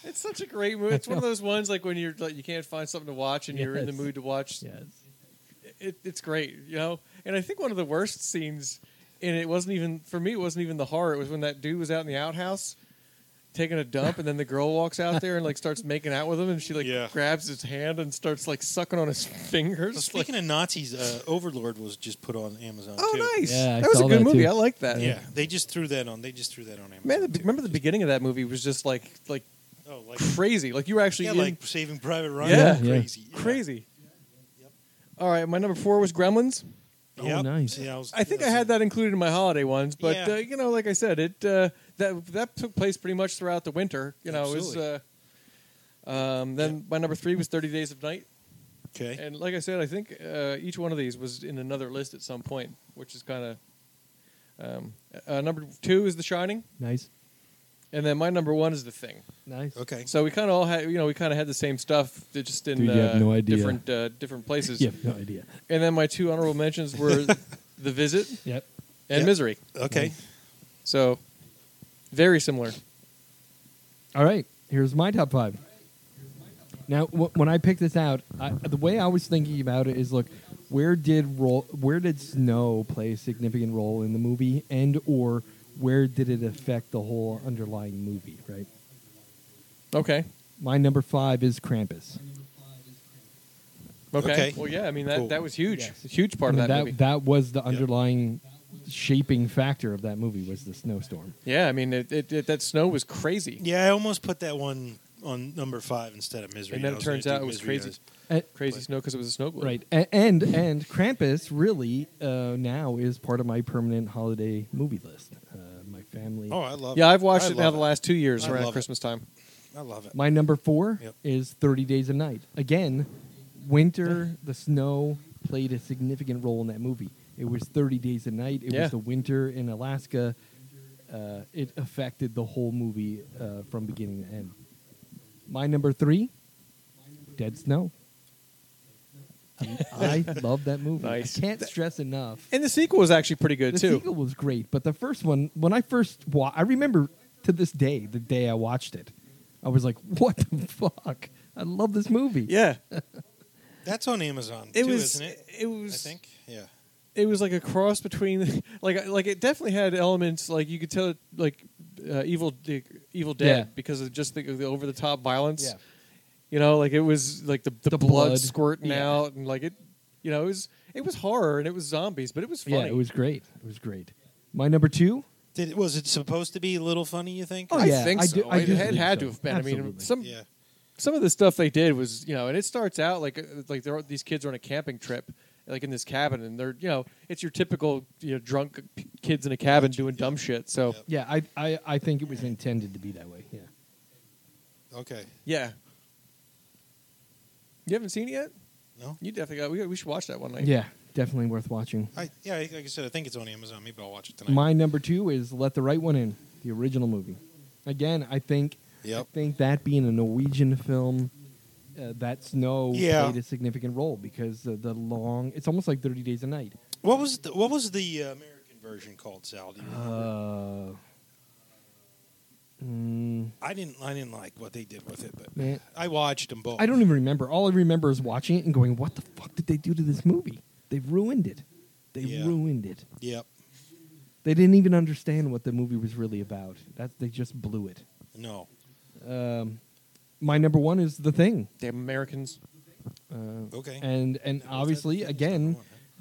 B: It's such a great movie. It's one of those ones like when you're like you can't find something to watch and you're in the
A: Yes.
B: mood to watch.
A: Yes.
B: It, it's great, you know. And I think one of the worst scenes, and it wasn't even for me. It wasn't even the horror. It was when that dude was out in the outhouse taking a dump, and then the girl walks out there and like starts making out with him, and she like
C: Yeah.
B: grabs his hand and starts like sucking on his fingers.
C: Well,
B: like-
C: speaking of Nazis, uh, Overlord was just put on Amazon. too.
B: oh, nice!
A: Yeah, I
B: that was a
A: saw
B: good
A: that
B: movie.
A: too.
B: I like that.
C: Yeah, they just threw that on. They just threw that on Amazon.
B: man. The,
C: too.
B: remember the beginning of that movie was just like like
C: Oh, like
B: crazy. Like you were actually
C: yeah,
B: in-
C: like Saving Private Ryan.
B: Yeah.
A: Yeah.
C: crazy, yeah.
B: crazy.
C: Yep.
B: All right, my number four was Gremlins.
A: Oh,
C: Yep.
A: nice.
C: See, I, was,
B: I think I
C: that's
B: had
C: it.
B: that included in my holiday ones, but
C: Yeah.
B: uh, you know, like I said, it uh, that that took place pretty much throughout the winter. You know, it was. Uh, um, then my number three was Thirty Days of Night,
C: Okay.
B: and like I said, I think uh, each one of these was in another list at some point, which is kind of. Um, uh, number two is The Shining,
A: Nice.
B: and then my number one is The Thing.
A: Nice.
C: Okay.
B: So we kind of all had, you know, we kind of had the same stuff, they're just in
A: Dude, you have
B: uh,
A: no idea.
B: different uh, different places.
A: You have no idea.
B: And then my two honorable mentions were The Visit
A: Yep.
B: and
C: Yeah.
B: Misery.
C: Okay.
B: Mm-hmm. So very similar.
A: All right, here's my top five. Now, wh- when I picked this out, I, the way I was thinking about it is, look, where did role, where did snow play a significant role in the movie, and or where did it affect the whole underlying movie? Right.
B: Okay.
A: My number five is Krampus.
B: Okay.
C: Okay.
B: Well, yeah. I mean that
C: Cool.
B: that was huge,
A: Yes.
B: huge part
A: I
B: of
A: mean,
B: that, movie.
A: that was the underlying shaping factor of that movie was the snowstorm.
B: yeah. I mean it, it, it, that snow was crazy.
C: Yeah, I almost put that one on number five instead of Misery.
B: And then
C: I
B: it
C: was
B: turns
C: gonna
B: out
C: do
B: it was
C: Misery
B: crazy,
C: as-
A: Uh,
B: crazy
C: But-
B: snow because it was a snow globe.
A: Right, A- and and Krampus really uh, now is part of my permanent holiday movie list. Uh, my family.
C: Oh, I love.
B: Yeah, I've watched
C: I
B: it now
C: love
B: the last two years
C: I
B: around
C: love it.
B: Christmas time.
C: I love it.
A: My number four
C: Yep.
A: is Thirty Days a Night. Again, winter, the snow played a significant role in that movie. It was Thirty Days a Night. It
B: Yeah.
A: was the winter in Alaska. Uh, it affected the whole movie uh, from beginning to end. My number three, Dead Snow. I love that movie.
B: Nice.
A: I can't stress enough.
B: And the sequel was actually pretty good
A: the
B: too.
A: sequel was great, but the first one, when I first wa- I remember to this day the day I watched it, I was like, "What the fuck? I love this movie."
B: Yeah.
C: That's on Amazon
B: It
C: too,
B: was.
C: isn't it?
B: was.
C: I think. Yeah.
B: it was like a cross between like uh, like it definitely had elements like you could tell it like uh, evil Dick- evil dead
A: Yeah.
B: because of just the, the over the top violence
A: Yeah.
B: You know, like it was like the the,
A: The
B: blood,
A: blood.
B: squirting
A: Yeah.
B: out and like it. You know, it was it was horror and it was zombies, but it was funny.
A: Yeah, it was great. It was great. My number two.
C: Did, was it supposed to be a little funny? You think?
A: Oh,
B: I
A: yeah,
B: think
A: I
B: so.
A: do- I
B: it
A: do
B: had,
A: believe
B: had
A: so.
B: to have been. I mean,
A: Absolutely.
B: some
C: yeah.
B: some of the stuff they did was you know, and it starts out like uh, like they're, these kids are on a camping trip, like in this cabin, and they're you know, it's your typical you know drunk p- kids in a cabin doing dumb shit. So
C: Yep.
A: Yeah, I, I, I think it was intended to be that way. Yeah.
C: Okay.
B: yeah, you haven't seen it yet.
C: No.
B: You definitely got. We, we should watch that one night.
A: Yeah, definitely worth watching.
C: I yeah. Like I said, I think it's on Amazon. Maybe I'll watch it tonight.
A: My number two is Let the Right One In, the original movie. Again, I think
C: Yep.
A: I think that being a Norwegian film, uh, that snow
C: Yeah.
A: played a significant role because the, the long. It's almost like Thirty Days a Night.
C: What was the, what was the uh, American version called, Sal? Do you remember?
A: Uh, mm,
C: I didn't I didn't like what they did with it, but
A: man,
C: I watched them both.
A: I don't e- even remember. All I remember is watching it and going, "What the fuck did they do to this movie? They've ruined it. They
C: Yeah.
A: ruined it.
C: Yep.
A: They didn't even understand what the movie was really about. That they just blew it."
C: No.
A: Um, my number one is The Thing.
B: Damn Americans.
A: Uh,
C: Okay.
A: and and obviously
C: Thing is
A: again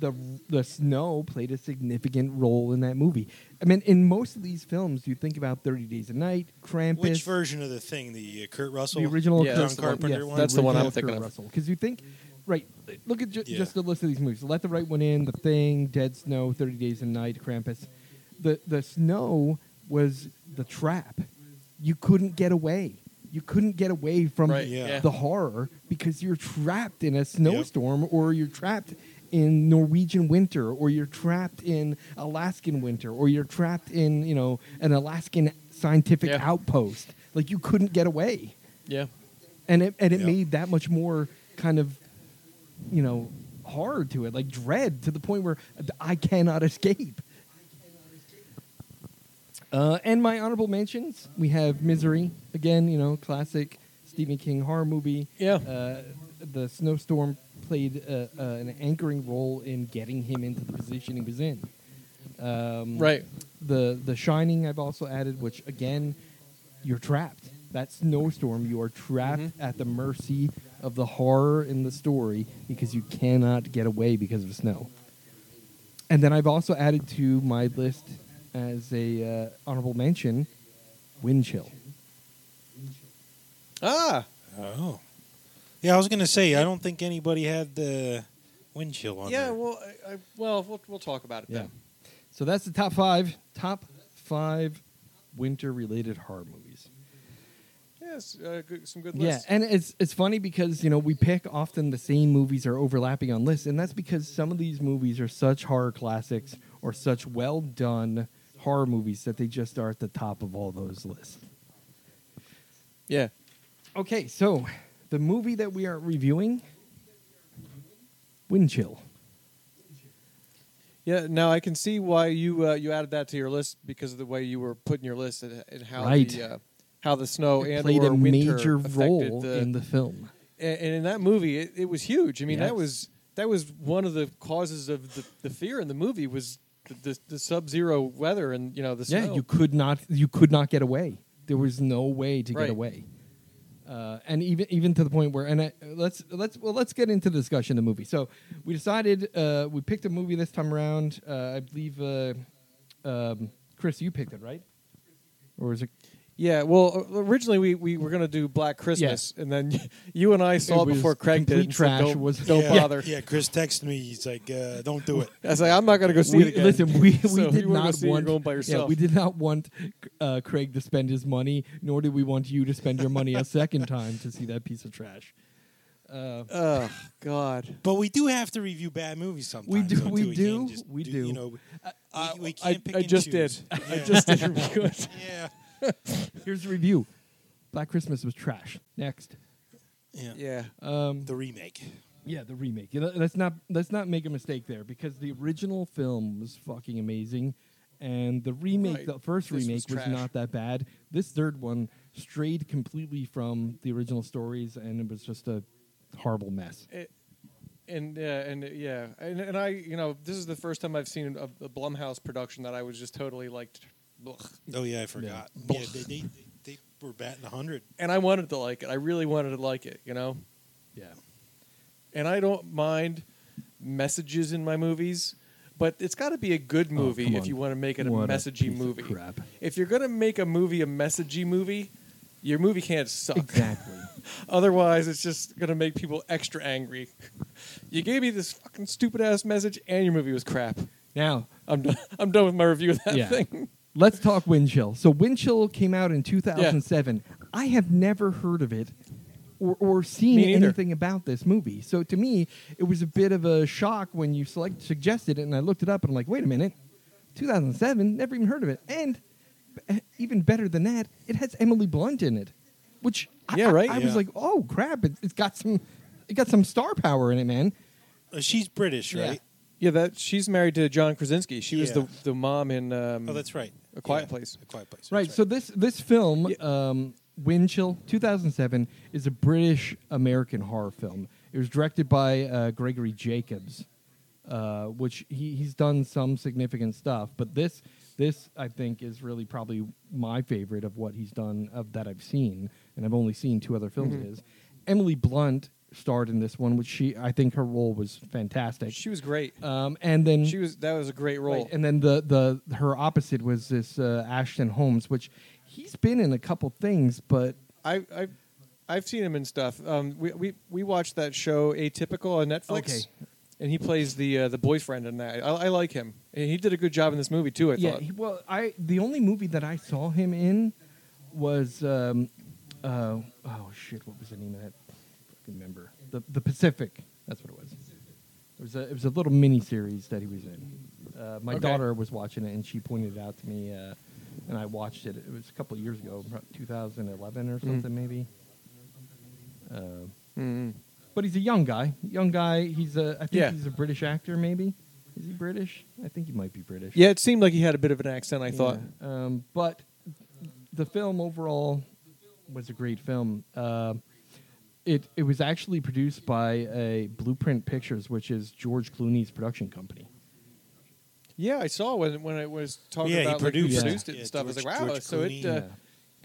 C: number one,
A: the the snow played a significant role in that movie. I mean, in most of these films, you think about Thirty Days a Night, Krampus,
C: Which version of the thing? The uh, Kurt Russell.
A: the original
B: Yeah,
A: John
B: that's the one-
C: Carpenter
A: yes,
C: one?
B: That's the one I'm
A: original
B: thinking
A: Kurt
B: of.
A: Russell, because you think, right? Look at ju-
C: Yeah.
A: just the list of these movies: Let the Right One In, The Thing, Dead Snow, Thirty Days a Night, Krampus. The the snow was the trap. You couldn't get away. You couldn't get away from
B: Right,
A: the-
C: yeah.
A: the horror because you're trapped in a snowstorm or you're trapped in Norwegian winter or you're trapped in Alaskan winter or you're trapped in, you know, an Alaskan scientific
B: Yeah.
A: outpost. Like you couldn't get away.
B: Yeah.
A: And it and it
C: Yeah.
A: made that much more kind of you know, hard to it, like dread to the point where I cannot escape. Uh, and my honorable mentions, we have Misery again, you know, classic Stephen King horror movie.
B: Yeah.
A: Uh, the snowstorm played uh, uh, an anchoring role in getting him into the position he was in. Um,
B: Right.
A: The The Shining I've also added, which again, you're trapped. That snowstorm, you are trapped
B: Mhm.
A: at the mercy of the horror in the story because you cannot get away because of snow. And then I've also added to my list as a uh, honorable mention, Wind Chill.
B: Ah.
C: Oh. Yeah, I was gonna say I don't think anybody had the wind chill on.
B: Yeah.
C: there.
B: Well. I, I, well. We'll we'll talk about it
A: Yeah.
B: then.
A: So that's the top five, top five winter-related horror movies.
B: Yes. Uh, good, some good
A: Yeah,
B: lists.
A: and it's it's funny because you know we pick often the same movies are overlapping on lists, and that's because some of these movies are such horror classics or such well done horror movies that they just are at the top of all those lists.
B: yeah.
A: Okay, so the movie that we are reviewing, Wind Chill.
B: Yeah, now I can see why you uh, you added that to your list because of the way you were putting your list and, and how
A: Right.
B: the uh, how the snow
A: It
B: and
A: played
B: or
A: a
B: winter
A: major
B: affected
A: role
B: the,
A: in the film.
B: and, and in that movie it, it was huge. I mean
A: Yes.
B: that was that was one of the causes of the, the fear in the movie was the, the, the sub zero weather and you know the
A: Yeah,
B: snow.
A: you could not you could not get away. There was no way to
B: Right.
A: get away. Uh, and even even to the point where and I, let's let's well let's get into the discussion of the movie. So we decided uh, we picked a movie this time around. Uh, I believe uh, um, Chris, you picked it, right? Or is it?
B: yeah, well o- originally we, we were gonna do Black Christmas and then you and I saw
A: It
B: it
A: was
B: before Craig did.
A: complete
B: and said,
A: trash.
B: don't
A: It was-
B: don't
C: yeah,
B: bother.
C: Yeah, Chris texted me. He's like, uh, "Don't do it."
B: I was like, I'm not gonna go see
A: we,
B: it again.
A: Listen, we, we
B: So if
A: did
B: you wanna go
A: not
B: see it, you're
A: want
B: going by yourself.
A: Yeah, we did not want uh, Craig to spend his money, nor did we want you to spend your money a second time to see that piece of trash. Uh,
B: Oh God.
C: But we do have to review bad movies sometimes.
A: do-
C: though,
A: we
C: too. can't
A: do,
C: just
A: we do.
C: You know,
B: I-
C: we, we
B: I,
C: can't pick
B: I
C: and
B: just
C: choose.
B: did. I just did review it.
C: Yeah.
A: Here's the review. Black Christmas was trash. Next.
C: yeah.
B: Yeah.
A: Um,
C: The remake.
A: yeah, the remake. You know, Let's not let's not make a mistake there because the original film was fucking amazing, and the remake,
B: Right.
A: the first
B: This was
A: remake, was,
B: trash.
A: not that bad. This third one strayed completely from the original stories, and it was just a horrible mess.
B: It- and uh, and uh, yeah, and, and I, you know, this is the first time I've seen a, a Blumhouse production that I was just totally like, blech.
C: Oh yeah, I forgot.
A: Yeah.
C: Yeah, they, they, they, they were batting 100.
B: and I wanted to like it. I really wanted to like it, you know.
A: Yeah.
B: And I don't mind messages in my movies, but it's got to be a good movie
A: Oh, come
B: if
A: on.
B: you want to make it a
A: What a
B: messagey
A: piece of
B: movie.
A: crap.
B: If you're gonna make a movie a messagey movie, your movie can't suck.
A: Exactly.
B: Otherwise, it's just gonna make people extra angry. you gave me this fucking stupid ass message, and your movie was crap.
A: now,
B: I'm done. I'm done with my review of that
A: Yeah.
B: thing.
A: let's talk Wind Chill. So Wind Chill came out in 2007. I have never heard of it or, or seen
B: Me neither.
A: anything about this movie. So to me, it was a bit of a shock when you select, suggested it, and I looked it up, and I'm like, wait a minute, 2007, never even heard of it. And b- even better than that, it has Emily Blunt in it, which I-
B: Yeah, right?
A: I, I was
C: Yeah.
A: like, oh crap, it, it's got some, it got some star power in it, man.
C: Uh, she's British,
A: Yeah.
C: right?
B: Yeah, that she's married to John Krasinski. She was
C: Yeah.
B: the the mom in. Um,
C: Oh, that's right.
B: A Quiet
C: Yeah,
B: Place.
C: A Quiet Place. that's
A: Right. So this this film,
B: Yeah.
A: um, Wind Chill, 2007, is a British American horror film. It was directed by uh, Gregory Jacobs, uh, which he, he's done some significant stuff, but this this I think is really probably my favorite of what he's done of that I've seen, and I've only seen two other films. of
B: Mm-hmm.
A: his. Emily Blunt starred in this one, which she I think her role was fantastic.
B: She was great.
A: um, and then
B: She was that was a great role.
A: Right, and then the the her opposite was this uh, Ashton Holmes, which he's been in a couple things, but
B: I I I've seen him in stuff. Um, we we we watched that show Atypical on Netflix.
A: Okay.
B: And he plays the uh, the boyfriend in that. I, I like him. And he did a good job in this movie too. I
A: yeah.
B: thought.
A: he- well, I the only movie that I saw him in was um, uh, oh shit, what was the name of that? I remember the the Pacific. That's what it was. It was a it was a little mini series that he was in. Uh, my
B: Okay.
A: daughter was watching it and she pointed it out to me, uh, and I watched it. It was a couple of years ago, about 2011 or something maybe. Uh,
B: mm
A: But he's a young guy. Young guy. He's a. I think
B: Yeah.
A: he's a British actor. Maybe is he British? I think he might be British.
B: Yeah, it seemed like he had a bit of an accent. I thought.
A: Yeah. Um, but the film overall was a great film. Uh, it it was actually produced by a Blueprint Pictures, which is George Clooney's production company.
B: Yeah, I saw when when I was talking
C: Yeah, he
B: about like, who
C: produced
A: it.
B: produced it
C: Yeah,
B: and stuff. I was
C: George-
B: like, wow.
C: George
B: so it.
C: Clooney.
B: Uh,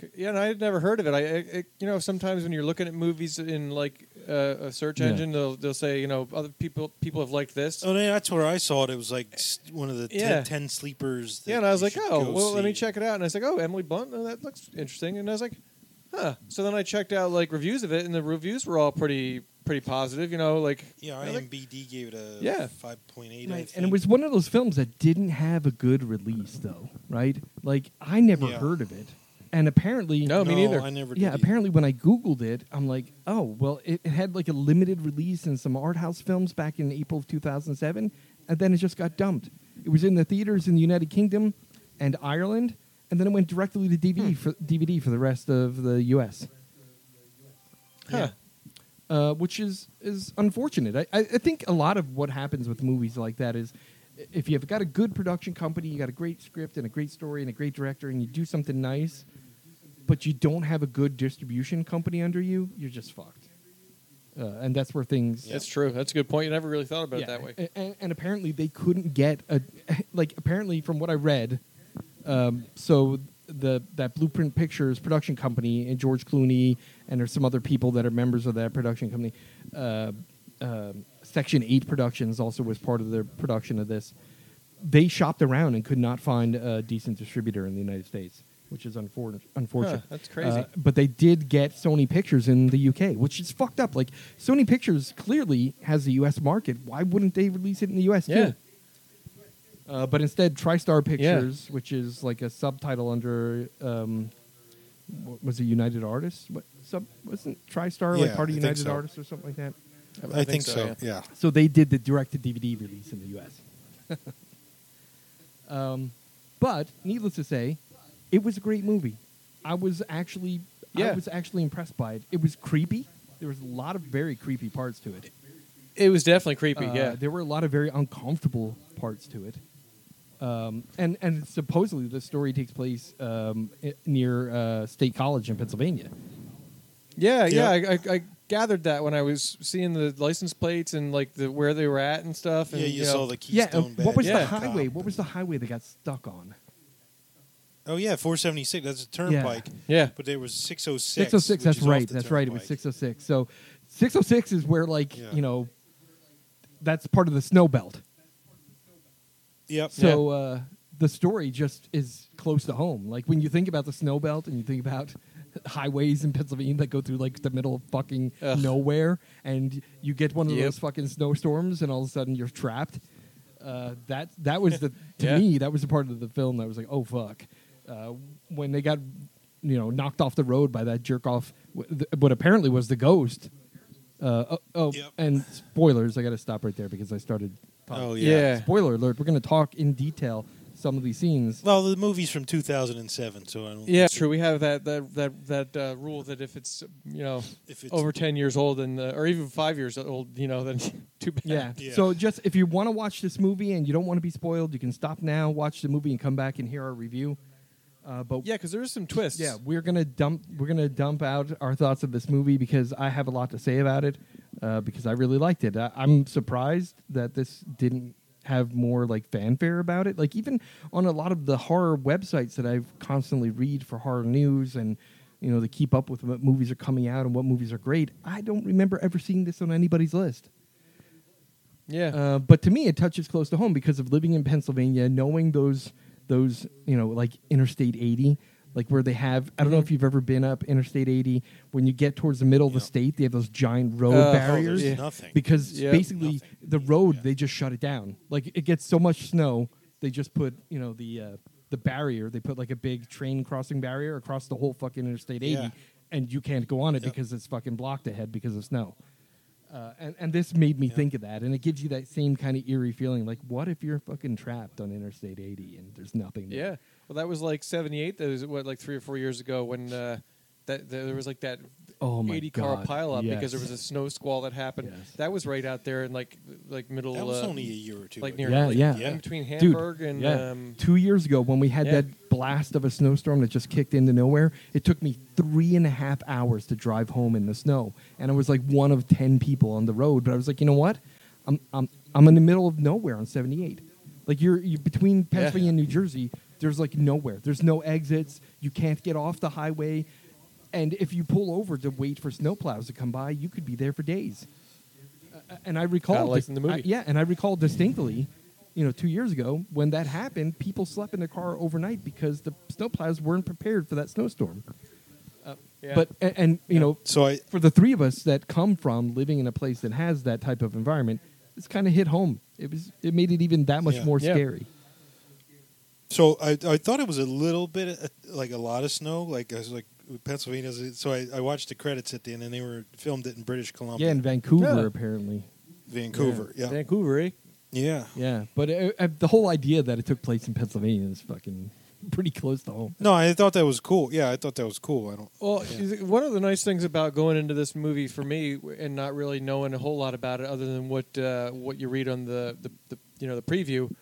B: c- yeah, and I had never heard of it. I, I it, you know, sometimes when you're looking at movies in like uh, a search
A: Yeah.
B: engine, they'll they'll say, you know, other people people have liked this.
C: Oh, yeah, that's where I saw it. It was like s- one of the ten,
B: Yeah.
C: 10 sleepers. that
B: Yeah, and I was
C: you
B: like,
C: should
B: oh,
C: go
B: well, let me
C: see.
B: check it out. And I was like, oh, Emily Blunt, oh, that looks interesting. And I was like, huh. So then I checked out like reviews of it, and the reviews were all pretty pretty positive. You know, like
C: Yeah,
B: I was like,
C: IMBD gave it a
B: Yeah.
C: 5.8. I
A: Right.
C: think.
A: And it was one of those films that didn't have a good release, though. Right? Like I never
C: Yeah.
A: heard of it, and apparently
B: No, me neither.
C: I
A: yeah
C: never did either.
A: apparently when i googled it i'm like oh well it, it had like a limited release in some art house films back in april of 2007 and then it just got dumped it was in the theaters in the united kingdom and ireland and then it went directly to dvd,
C: Hmm.
A: for, DVD for the rest of the us
B: huh.
A: uh, which is is unfortunate. I, I, I think a lot of what happens with movies like that is i- if you've got a good production company, you got a great script and a great story and a great director, and you do something nice, but you don't have a good distribution company under you, you're just fucked. Uh, and that's where things.
B: That's true. That's a good point. You never really thought about it that way.
A: a- And, and apparently they couldn't get a like apparently from what I read, um, so the that Blueprint Pictures production company and George Clooney and there's some other people that are members of that production company. Uh, um Section Eight Productions also was part of the production of this. They shopped around and could not find a decent distributor in the United States, which is unfor- unfortunate.
B: that's crazy.
A: Uh, but they did get Sony Pictures in the UK, which is fucked up. Like Sony Pictures clearly has the US market. Why wouldn't they release it in the US
B: Yeah.
A: too? Uh, but instead, TriStar Pictures, which is like a subtitle under um, what was it United Artists? What sub wasn't TriStar like
C: Yeah,
A: part of
C: I think
A: United
C: so.
A: Artists or something like that?
C: I, think, so.
B: yeah.
C: Yeah.
A: So they did the direct to DVD release in the U.S. um, but needless to say, it was a great movie. I was actually, I
B: Yeah.
A: was actually impressed by it. It was creepy. There was a lot of very creepy parts to it.
B: It was definitely creepy.
A: Uh,
B: yeah.
A: there were a lot of very uncomfortable parts to it. Um, and and supposedly the story takes place um, i- near uh, State College in Pennsylvania.
B: Yeah, yeah.
C: Yeah.
B: I, I, I gathered that when I was seeing the license plates and like the where they were at and stuff. And,
C: Yeah, you
B: know,
C: saw the
A: Yeah,
C: Keystone
A: uh, what was
C: Badge
A: the
B: Yeah.
A: highway?
C: cop
A: What was the highway they got stuck on?
C: Oh yeah, 476. That's a turnpike.
B: Yeah.
C: But there was 606.
A: 606
C: which
A: that's
C: is off
A: right
C: the
A: that's right it was
C: turnpike.
A: 606 so 606 is where like
C: Yeah.
A: you know that's part of the snow belt
C: Yep.
A: so uh, the story just is close to home like when you think about the snow belt and you think about highways in pennsylvania that go through like the middle of fucking
B: Ugh.
A: nowhere and you get one of
B: Yep.
A: those fucking snowstorms and all of a sudden you're trapped uh, that that was the to
B: Yeah.
A: me that was the part of the film that was like oh fuck uh, when they got you know knocked off the road by that jerk off wh- th- what apparently was the ghost uh, oh, oh
C: Yep.
A: and spoilers I got to stop right there because I started talking.
C: Oh yeah.
B: Yeah.
A: spoiler alert we're going to talk in detail some of these scenes
C: Well, the movie's from 2007, so I don't.
B: Yeah, true. We have that that that that uh, rule that if it's you know
C: If it's-
B: over ten years old and uh, or even five years old, you know, then too bad.
A: yeah.
C: Yeah.
A: so just if you want to watch this movie and you don't want to be spoiled you can stop now watch the movie and come back and hear our review uh, but
B: yeah, because there is some twists.
A: Yeah, we're gonna dump. We're gonna dump out our thoughts of this movie because I have a lot to say about it uh, because I really liked it. I, I'm surprised that this didn't have more like fanfare about it. Like even on a lot of the horror websites that I constantly read for horror news and you know to keep up with what movies are coming out and what movies are great, I don't remember ever seeing this on anybody's list.
B: yeah,
A: Uh, but to me, it touches close to home because of living in Pennsylvania, knowing those those you know like Interstate 80, like where they have. I don't
B: Mm-hmm.
A: know if you've ever been up Interstate 80. When you get towards the middle of the
C: Yeah.
A: state, they have those giant road
B: Uh, oh,
C: Oh, there's
A: barriers
B: Yeah.
C: nothing.
A: because
B: Yeah.
A: basically
C: Nothing.
A: the road
C: Yeah.
A: they just shut it down. Like it gets so much snow, they just put you know the uh, the barrier. They put like a big train crossing barrier across the whole fucking Interstate 80,
C: Yeah.
A: and you can't go on it
C: Yep.
A: because it's fucking blocked ahead because of snow. Uh, and, and this made me
C: Yeah.
A: think of that, and it gives you that same kind of eerie feeling. Like, what if you're fucking trapped on Interstate 80 and there's nothing? there?
B: yeah. Well, that was like seventy eight. That was what like three or four years ago when uh, that there was like that
A: Oh my
B: eighty car
A: God,
B: pileup
A: yes.
B: because there was a snow squall that happened.
A: Yes.
B: That was right out there in like like middle.
C: that was
B: uh,
C: only a year or two.
B: like
C: ago.
B: near
A: Yeah,
B: like,
A: yeah.
B: in between
A: Dude,
B: Hamburg and
A: yeah.
B: um,
A: two years ago when we had
B: yeah.
A: that blast of a snowstorm that just kicked into nowhere, it took me three and a half hours to drive home in the snow, and I was like one of ten people on the road. But I was like, you know what? I'm I'm I'm in the middle of nowhere on 78. Like you're you between Pennsylvania and New Jersey. There's like nowhere. There's no exits. You can't get off the highway. And if you pull over to wait for snowplows to come by, you could be there for days. Uh, and I recall,
B: like in the movie.
A: I- yeah, and I recall distinctly, you know, two years ago when that happened, people slept in their car overnight because the snowplows weren't prepared for that snowstorm.
B: yeah.
A: But and, and you know,
C: So I.
A: for the three of us that come from living in a place that has that type of environment, it's kind of hit home. It was it made it even that much
C: Yeah.
A: more
B: Yeah.
A: scary.
C: So I, I thought it was a little bit uh, like a lot of snow. Like I was like Pennsylvania. So I, I watched the credits at the end, and they were filmed it in British Columbia,
A: Yeah, in Vancouver
B: Yeah.
A: apparently.
C: Vancouver. Yeah. Yeah.
B: Vancouver, eh?
A: Yeah, but uh uh the whole idea that it took place in Pennsylvania is fucking pretty close to home.
C: No, I thought that was cool. Yeah, I thought that was cool. I don't.
B: Well,
C: Yeah.
B: is it- one of the nice things about going into this movie for me w- and not really knowing a whole lot about it other than what uh, what you read on the, the, the you know the preview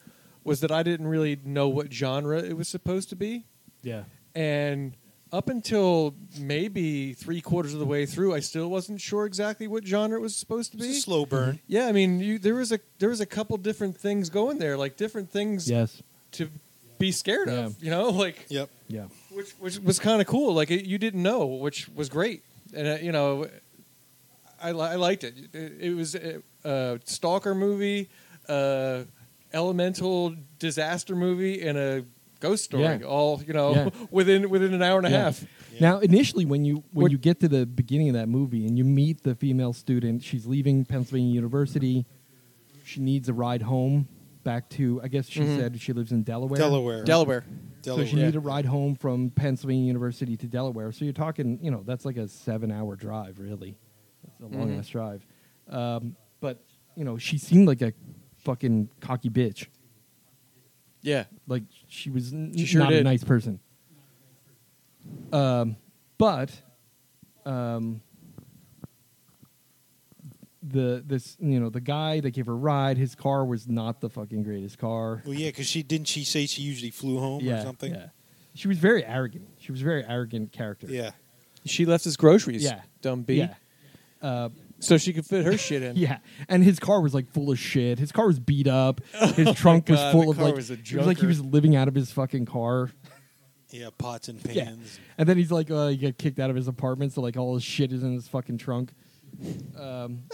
B: was that I didn't really know what genre it was supposed to be,
A: Yeah.
B: and up until maybe three quarters of the way through, I still wasn't sure exactly what genre it was supposed to
C: It was a
B: be.
C: slow burn.
A: Mm-hmm.
B: Yeah, I mean, you, there was a there was a couple different things going there, like different things
A: Yes.
B: to be scared of, you know, like
C: Yep.
A: Yeah.
B: which which was kind of cool. Like it, you didn't know, which was great, and uh, you know, I, li- I liked it. It, it was a, a stalker movie, a elemental disaster movie, and a ghost story.
A: Yeah.
B: All you know,
A: Yeah.
B: within within an hour and a
A: Yeah.
B: half.
C: Yeah.
A: Now, initially, when you when
B: What-
A: you get to the beginning of that movie and you meet the female student, she's leaving Pennsylvania University. She needs a ride home back to. I guess she
B: Mhm.
A: said she lives in Delaware.
C: Delaware.
B: Delaware.
C: Delaware.
A: So she needed
B: Yeah.
A: a ride home from Pennsylvania University to Delaware. So you're talking, you know, that's like a seven-hour drive, really. That's a long
B: Mhm.
A: ass drive. Um, but you know, she seemed like a fucking cocky bitch.
B: Yeah,
A: Like she was n-
B: She sure
A: not a
B: did.
A: nice person. Um, but um, the this you know the guy that gave her a ride, his car was not the fucking greatest car.
C: Well, yeah, because she didn't. She say she usually flew home or something.
A: yeah. She was very arrogant. She was a very arrogant character.
C: Yeah.
B: she left his groceries.
A: Yeah.
B: dumb bee.
A: Yeah. Uh,
B: So she could fit her shit in.
A: yeah, and his car was like full of shit. His car was beat up. His trunk was
B: Oh God,
A: full
B: the
A: of
B: car
A: like
B: was a
A: it was like he
B: junker.
A: was living out of his fucking car.
C: Yeah, pots and
A: Yeah.
C: pans.
A: And then he's like, uh, he got kicked out of his apartment, so like all his shit is in his fucking trunk. Um,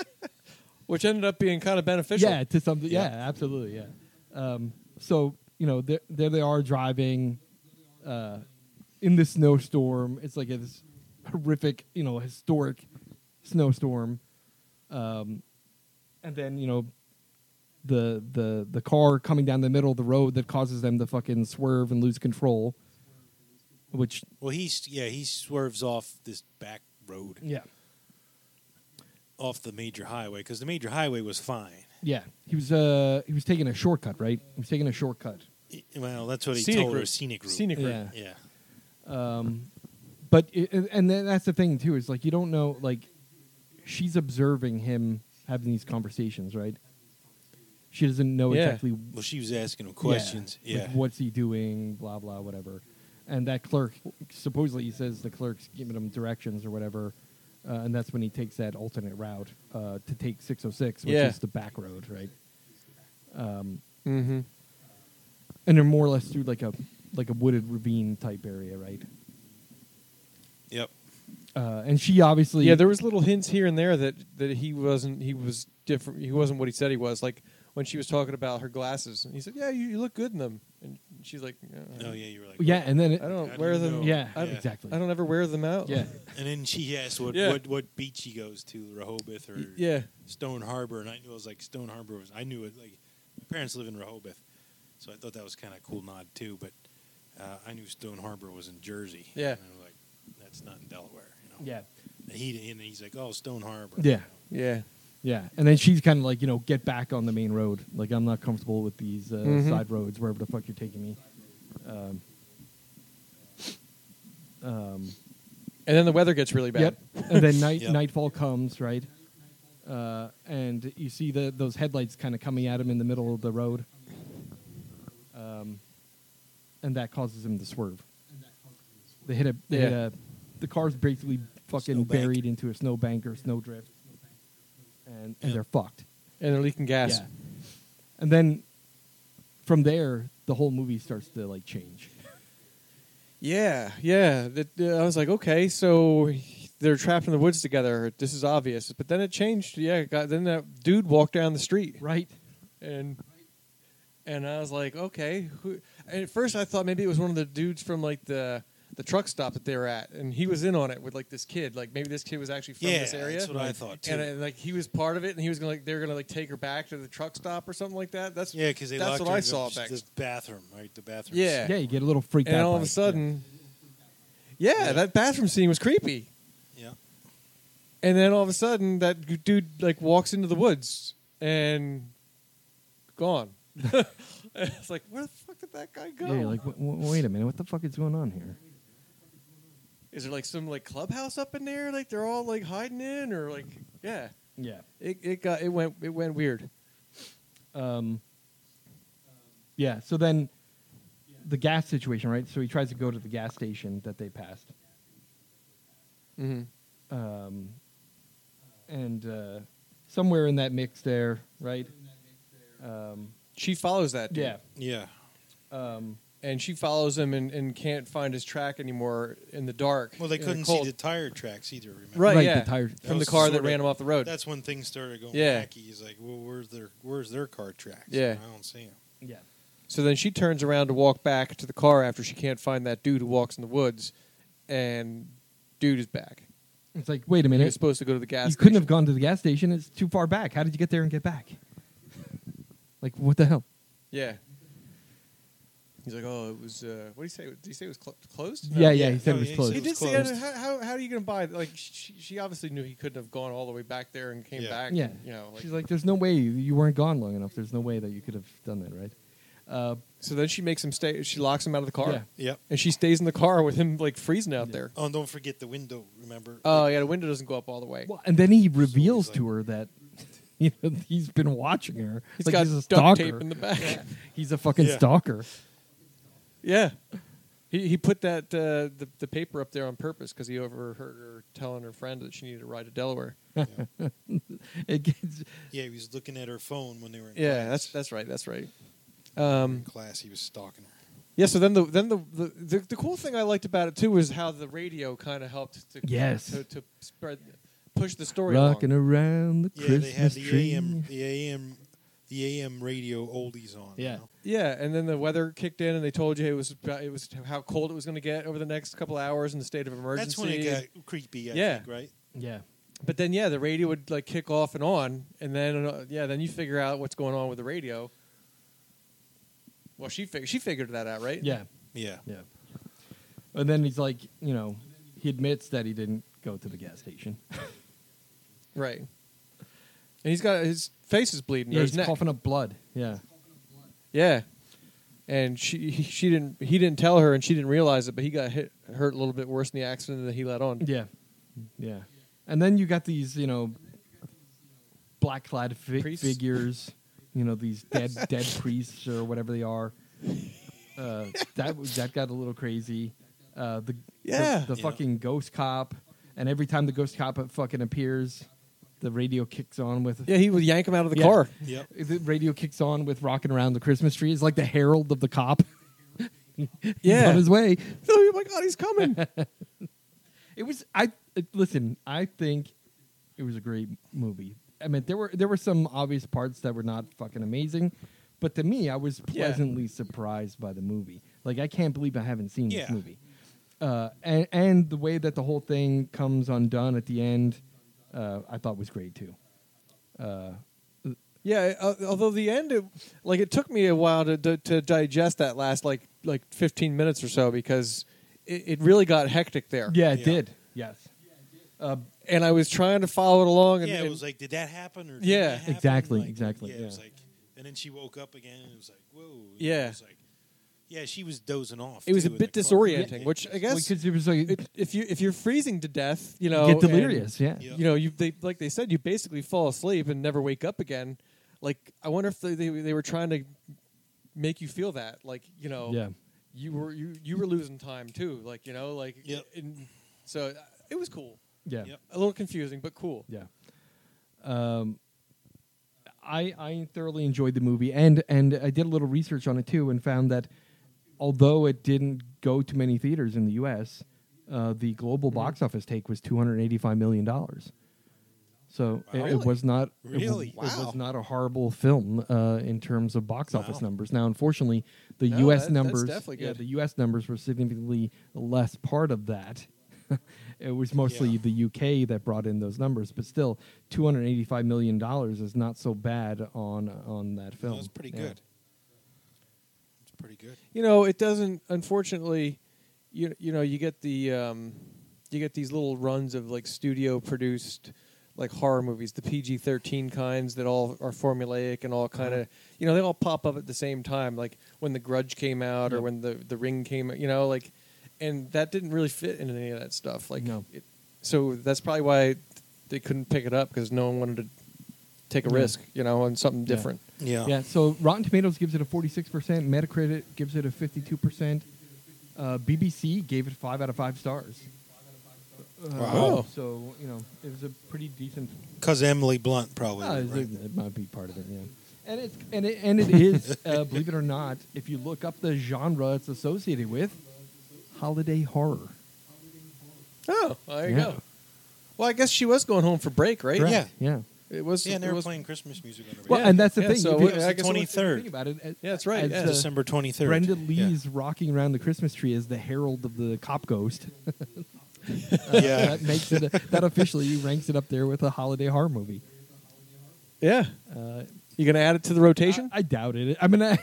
B: which ended up being kind of beneficial.
A: yeah, to something. Yeah,
C: Yeah.
A: absolutely. Yeah. Um, so you know, there, there they are driving uh, in this snowstorm. It's like this horrific, you know, historic snowstorm. Um, and then you know, the the the car coming down the middle of the road that causes them to fucking swerve and lose control. Which
C: Well, he's yeah he swerves off this back road
A: yeah
C: off the major highway because the major highway was fine.
A: yeah he was uh he was taking a shortcut right he was taking a shortcut
C: I- E, Well, that's what he
B: Scenic
C: told her.
B: route.
C: Scenic route.
B: Scenic route.
A: Yeah.
C: Yeah.
A: but it, and- and then that's the thing too is like you don't know like she's observing him having these conversations right she doesn't know
B: Yeah.
A: exactly
C: Well, she was asking him questions.
A: yeah,
C: Yeah.
A: like, what's he doing blah blah whatever and that clerk supposedly he says the clerk's giving him directions or whatever uh, and that's when he takes that alternate route uh, to take 606 which
B: Yeah.
A: is the back road right
B: Mm-hmm.
A: and they're more or less through like a like a wooded ravine type area right
C: Yep.
A: uh, and she obviously
B: Yeah, there was little hints here and there that that he wasn't he was different. He wasn't what he said he was. Like when she was talking about her glasses, and he said, "Yeah, you, you look good in them," and she's like, uh,
C: Oh yeah, you were like
A: yeah and then it,
B: I don't
C: How do
B: wear
C: you
B: them.
C: know?
A: yeah,
B: I,
A: exactly
B: I don't ever wear them out.
A: yeah
C: And then she asked what,
B: Yeah.
C: what what beach he goes to, Rehoboth or
B: yeah.
C: Stone Harbor, and I knew I was like Stone Harbor was. I knew it. Like my parents live in Rehoboth, so I thought that was kind of a cool nod too. But uh, I knew Stone Harbor was in Jersey.
B: Yeah.
C: and I was like, that's not in Delaware. You know?
A: Yeah.
C: And he and he's like, oh, Stone Harbor.
A: Yeah.
B: Yeah.
A: Yeah. And then she's kind of like, you know, get back on the main road. Like, I'm not comfortable with these uh,
B: Mhm.
A: side roads, wherever the fuck you're taking me. Um, um,
B: And then the weather gets really bad.
A: Yep. And then night,
C: Yep.
A: nightfall comes, right? Uh, and you see the, those headlights kind of coming at him in the middle of the road. Um, and that causes him to swerve. They hit a, they hit
B: Yeah.
A: a the car's basically fucking
C: Snowbank.
A: buried into a snowbank or snowdrift. And, and
C: Yep.
A: they're fucked.
B: And they're leaking gas.
A: Yeah. And then from there, the whole movie starts to like change.
B: Yeah. Yeah. That, uh, I was like, okay, so they're trapped in the woods together. This is obvious. But then it changed. Yeah. It got, then that dude walked down the street.
A: Right?
B: and and I was like, okay. Who, and at first, I thought maybe it was one of the dudes from like the the truck stop that they were at, and he was in on it with like this kid. Like maybe this kid was actually from
C: Yeah,
B: this area.
C: that's what I thought too.
B: And, and like he was part of it, and he was gonna like they were gonna like take her back to the truck stop or something like that. That's
C: yeah, because they
B: that's
C: locked
B: what
C: her
B: I
C: in
B: saw
C: the,
B: back.
C: this bathroom, right? The bathroom.
B: Yeah.
A: Yeah, you get a little freaked
B: and
A: out.
B: all of
A: by
B: a
A: it.
B: sudden, yeah. that bathroom scene was creepy.
C: yeah.
B: And then all of a sudden, that g- dude like walks into the woods and gone. it's like where the fuck did that guy go?
A: Yeah, you're like, "Wa- wa- wait a minute, what the fuck is going on here?
B: Is there like some like clubhouse up in there? Like they're all like hiding in, or like yeah,
A: Yeah.
B: it it got it went it went weird.
A: Um, yeah, so then the gas situation, right? So he tries to go to the gas station that they passed.
B: Mm-hmm.
A: Um, and uh, somewhere in that mix there, right? Um,
B: She follows that dude,
A: yeah.
C: Yeah.
A: Um,
B: and she follows him and, and can't find his track anymore in the dark.
C: Well, they
B: in
C: couldn't see
B: cold.
C: the tire tracks either. Remember?
B: right,
A: Right,
B: yeah,
A: the tire- That
B: from the
C: was
B: car that
C: sorta-
B: ran him off the road.
C: That's when things started going
B: Yeah.
C: wacky. He's like, well, where's their where's their car tracks?
B: Yeah.
C: I don't see them.
A: yeah.
B: So then she turns around to walk back to the car after she can't find that dude who walks in the woods, and dude is back.
A: It's like, wait a
B: He
A: minute.
B: was supposed to go to the gas.
A: you couldn't
B: station.
A: have gone to the gas station. It's too far back. How did you get there and get back? Like, what the hell?
B: Yeah. He's like, oh, it was. Uh, what do you say? Did he say it was clo- closed?
A: Yeah, yeah, he
C: yeah,
A: said
C: no,
A: it was
C: he
A: closed.
B: He
C: It
B: did
C: was
B: say,
C: closed.
B: how, how, how are you going to buy it? Like, she, she obviously knew he couldn't have gone all the way back there and came
C: Yeah.
B: back.
A: yeah.
B: You know, like,
A: She's like, there's no way you, you weren't gone long enough. There's no way that you could have done that, right? Uh,
B: so then she makes him stay. She locks him out of the car.
A: Yeah.
C: Yep.
B: And she stays in the car with him, like, freezing out
A: Yeah.
B: there.
C: Oh, and don't forget the window. Remember?
B: Oh, yeah, the window doesn't go up all the way.
A: well, and then he reveals
C: like-
A: to her that you know, he's been watching her.
B: He's
A: like
B: got
A: he's a
B: duct
A: stalker.
B: tape in the back. Yeah.
A: he's a fucking
C: Yeah.
A: stalker.
B: He, he put that uh, the, the paper up there on purpose because he overheard her telling her friend that she needed to ride to Delaware.
A: It gets,
C: Yeah, he was looking at her phone when they were in
B: Yeah,
C: class.
B: that's that's right. That's right. Um,
C: in class. He was stalking her.
B: Yeah. So then the then the the, the, the cool thing I liked about it too was how the radio kind of helped to
A: Yes.
B: to, to spread push the story
A: Rocking
B: along.
A: around the
C: Yeah, they had
A: Christmas
C: the
A: tree.
C: AM, the AM, the AM radio oldies on. you
A: Yeah.
C: know?
B: Yeah, and then the weather kicked in, and they told you it was about- it was how cold it was going to get over the next couple hours in the state of emergency.
C: that's when it got creepy. I
B: Yeah.
C: think, right.
A: Yeah.
B: But then yeah, the radio would like kick off and on, and then uh, yeah, then you figure out what's going on with the radio. Well, she fig- she figured that out, right?
A: Yeah.
C: Yeah.
A: Yeah. And then he's like, you know, he admits that he didn't go to the gas station.
B: Right. And he's got his face is bleeding.
A: Yeah,
B: or his
A: he's
B: neck.
A: coughing up blood. Yeah.
B: Yeah. And she she didn't he didn't tell her and she didn't realize it, but he got hit hurt a little bit worse in the accident than he let on.
A: Yeah. Yeah. And then you got these, you know, black clad fi-
B: Priests?
A: figures, you know, these dead dead priests or whatever they are. Uh, that was- that got a little crazy. Uh, the
B: Yeah.
A: the, the
C: Yeah.
A: fucking ghost cop, and every time the ghost cop fucking appears, the radio kicks on with
B: Yeah, he would yank him out of the
A: Yeah.
B: car.
C: Yep.
A: the radio kicks on with "Rocking Around the Christmas Tree." It's like the herald of the cop. He's
B: Yeah.
A: on his way.
B: Oh my god, he's coming.
A: It was I uh, listen. I think it was a great movie. I mean, there were there were some obvious parts that were not fucking amazing, but to me, I was
B: Yeah.
A: pleasantly surprised by the movie. Like, I can't believe I haven't seen this
C: Yeah.
A: movie. Uh, and and the way that the whole thing comes undone at the end, uh, I thought was great too.
B: yeah, uh, although the end it, like it took me a while to, to to digest that last like like 15 minutes or so because it, it really got hectic there.
A: Yeah, it
C: Yeah.
A: did. Yes. Uh,
B: And I was trying to follow it along and,
C: yeah, it
B: and-
C: was like, did that happen? Or did
B: Yeah.
C: that happen?
A: Exactly,
C: Like,
A: exactly,
C: Yeah, it was
A: yeah.
C: like, and then she woke up again, and it was like, whoa. you know,
B: Yeah.
C: it was like, yeah, she was dozing off.
B: it was a
C: too, in
B: bit
C: the car.
B: disorienting, which uh, I guess
A: because it was like
B: it, if you if you're freezing to death, you know,
A: get
B: and-
A: delirious. Yeah.
C: Yeah.
B: you know you they like they said you basically fall asleep and never wake up again like i wonder if they they, they were trying to make you feel that like you know
A: Yeah.
B: you were you you were losing time too like you know like
C: Yep.
B: and so uh, it was cool
A: Yeah.
C: Yep.
B: a little confusing but cool
A: Yeah. Um, I I thoroughly enjoyed the movie, and and I did a little research on it too, and found that although it didn't go to many theaters in the U.S., uh, the global
B: Mm-hmm.
A: box office take was two hundred eighty-five million dollars. So it- it,
B: Really?
A: was not it w-
C: Really?
A: it, was
B: Wow.
A: not a horrible film uh, in terms of box office
C: Wow.
A: numbers. Now, unfortunately, the
B: No,
A: U.S.
B: that- that's
A: numbers
B: definitely
A: yeah
B: good.
A: the U.S. numbers were significantly less part of that. it was mostly
C: Yeah.
A: the UK that brought in those numbers, but still, two hundred eighty-five million dollars is not so bad on on that
C: No,
A: film.
C: it's pretty
A: Yeah.
C: good. It's pretty good.
B: you know it doesn't unfortunately you you know you get the um you get these little runs of like studio produced like horror movies the PG-13 kinds that all are formulaic and all kind
A: Uh-huh.
B: of you know they all pop up at the same time like when the grudge came out or
A: Yep.
B: when the the ring came out you know like and that didn't really fit into any of that stuff like
A: No.
B: it, so that's probably why they couldn't pick it up cuz no one wanted to take a
A: Yeah.
B: risk you know on something
A: Yeah.
B: different
C: Yeah.
A: Yeah, so Rotten Tomatoes gives it a 46%, Metacritic gives it a 52%. Uh, BBC gave it 5 out of 5 stars. Uh,
B: Wow.
A: So, you know, it was a pretty decent.
C: Because Emily Blunt probably.
B: Ah,
A: Uh,
C: right?
A: it, it might be part of it, yeah. And, it's, and, it, and it is, uh, believe it or not, if you look up the genre it's associated with, holiday horror.
B: oh there you
A: Yeah.
B: go well i guess she was going home for break right
C: Correct. Yeah.
A: Yeah.
B: It was.
C: Yeah, and
B: it
C: they're
B: was,
C: playing Christmas music on the
A: Well,
C: radio.
B: Yeah.
A: and that's the
B: Yeah,
A: thing.
B: so
A: if you-
B: it was
A: if
B: the
A: you think
C: 23rd.
A: about it, as-
B: Yeah, that's right,
A: as
B: yeah.
A: the-
C: December twenty third.
A: Brenda Lee's rocking around the Christmas tree is the herald of the cop ghost.
B: uh,
C: Yeah.
A: that makes it that officially ranks it up there with a holiday horror movie.
B: yeah. Uh,
A: Uh,
B: You gonna add it to the rotation?
A: I, I doubt it. I mean, I,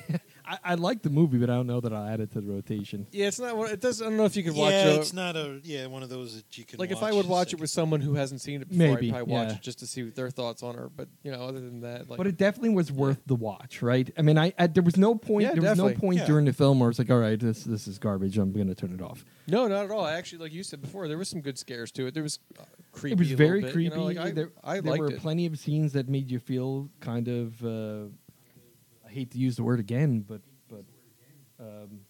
A: I, I like the movie, but I don't know that I'll add it to the rotation.
B: yeah, it's not. one- It does. I don't know if you could watch
C: yeah,
B: it.
C: it's not a yeah one of those that you can.
B: Like if
C: watch
B: I would
C: the
B: watch it
C: second-
B: with someone who hasn't seen it before,
A: Maybe,
B: I'd probably watch
A: yeah.
B: it just to see what their thoughts on her. But you know, other than that, like
A: But it definitely was worth the watch, right? I mean, I, I there was no point
B: Yeah,
A: there was no
B: definitely.
A: point
C: Yeah.
A: during the film where it's like, all right, this this is garbage. I'm going to turn it off.
B: no, not at all. Actually, like you said before, there was some good scares to it. There was uh, creepy.
A: it was
B: a little
A: very
B: bit, you
A: creepy.
B: know, like, I,
A: there
B: I
A: there
B: liked
A: were
B: it.
A: plenty of scenes that made you feel kind of. Uh, I hate to use the word again, but but um,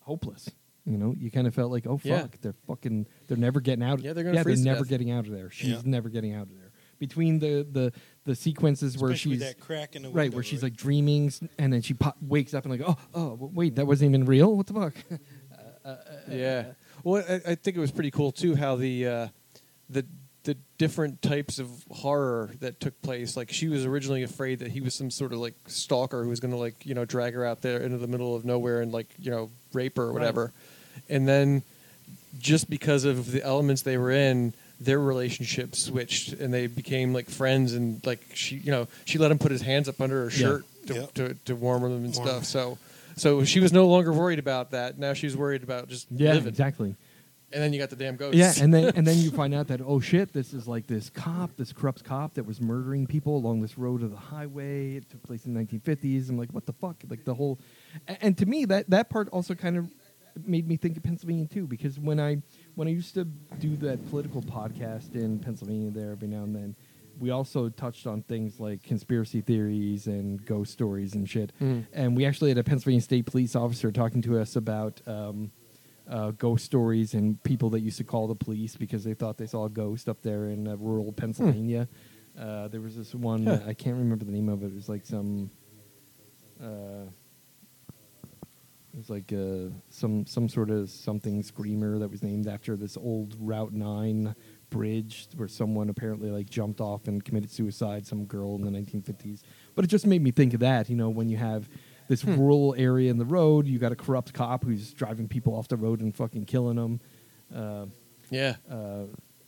A: hopeless. You know, you kind of felt like, oh fuck,
B: Yeah.
A: they're fucking, they're never getting out.
B: Yeah, they're gonna
A: yeah, they're
B: freeze to
A: never
B: death.
A: getting out of there. She's
C: Yeah.
A: never getting out of there. between the the the sequences where
C: Especially
A: she's
C: with that crack in the
A: right
C: window,
A: where she's like dreaming s- and then she pop, wakes up and like oh oh w- wait that wasn't even real what the fuck
B: yeah. Well, I, I think it was pretty cool too how the uh, the the different types of horror that took place. Like she was originally afraid that he was some sort of like stalker who was going to like you know drag her out there into the middle of nowhere and like you know rape her or whatever. And then just because of the elements they were in, their relationship switched and they became like friends and like she you know she let him put his hands up under
A: Yeah.
B: her shirt to,
C: Yeah.
B: to, to warm them and
C: Warm.
B: stuff. So. So she was no longer worried about that. Now she's worried about just
A: yeah
B: living.
A: exactly
B: And then you got the damn ghosts.
A: yeah and then and then you find out that oh shit this is like this cop this corrupt cop that was murdering people along this road of the highway it took place in the 1950s i'm like what the fuck like the whole and, and to me that that part also kind of made me think of pennsylvania too because when i when i used to do that political podcast in pennsylvania there every now and then we also touched on things like conspiracy theories and ghost stories and shit
B: Mm.
A: and we actually had a pennsylvania state police officer talking to us about um, uh, ghost stories and people that used to call the police because they thought they saw a ghost up there in uh, rural Pennsylvania. Uh, there was this one
B: Huh.
A: I can't remember the name of it. It was like some, uh, it was like uh, some some sort of something screamer that was named after this old Route Nine bridge where someone apparently like jumped off and committed suicide. Some girl in the 1950s. But it just made me think of that. You know, when you have this rural area in the road, you got a corrupt cop who's driving people off the road and fucking killing them. Uh,
B: Yeah.
A: uh,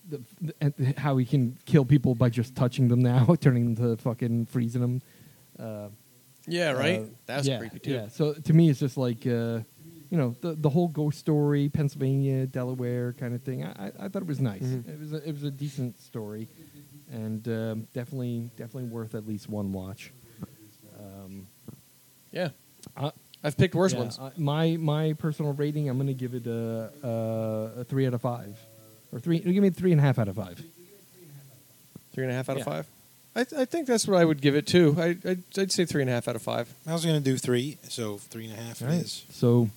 A: the, the, and the- how he can kill people by just touching them now, turning them to fucking freezing them. Uh,
B: yeah, right?
A: uh,
B: that was
A: yeah,
B: creepy, too.
A: Yeah. So to me, it's just like, uh, you know, the the whole ghost story, Pennsylvania, Delaware kind of thing. I, I, I thought it was nice.
B: Mhm.
A: It was a, it was a decent story, and um, definitely definitely worth at least one watch. Um,
B: Yeah.
A: I-
B: I've picked worse
A: yeah,
B: ones.
A: I- my my personal rating, I'm going to give it a, a, a three out of five, or three. Give me three and a half out of five.
B: three and a half out
A: yeah.
B: of five. I, th- I think that's what I would give it, too. I, I'd, I'd say three and a half out of five.
C: I was going to do three, so three and a half it is.
A: So,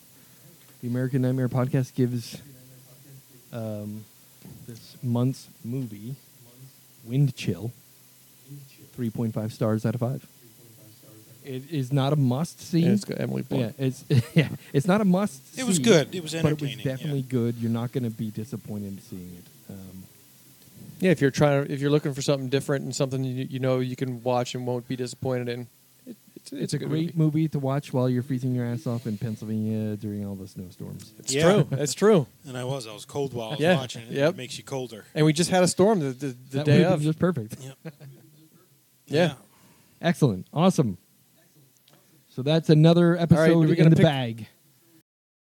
A: the American Nightmare podcast gives um, this month's movie, Wind Chill, 3.5 stars out of 5. It is not a must see.
B: And it's got Emily
A: yeah,
B: Blunt.
A: it's yeah, it's not a must.
C: It was
A: see,
C: good. It was
A: but it was
C: entertaining, yeah.
A: definitely good. You're not going to be disappointed in seeing it. Um,
B: Yeah. if you're trying to, if you're looking for something different and something you, you know you can watch and won't be disappointed in, it, it's, it's,
A: it's,
B: a,
A: a
B: good
A: great
B: movie.
A: movie. to watch while you're freezing your ass off in Pennsylvania during all the snowstorms.
B: It's
C: Yeah.
B: true. It's true.
C: And I was. I was cold while I was
B: Yeah,
C: watching it.
B: yep.
C: It makes you colder.
B: And we just had a storm the, the, the
A: that
B: day
A: movie
B: of.
A: was just perfect.
C: Yep.
B: yeah.
A: Excellent. Awesome. So that's another episode
B: we
A: in
B: gonna
A: the
B: pick-
A: bag.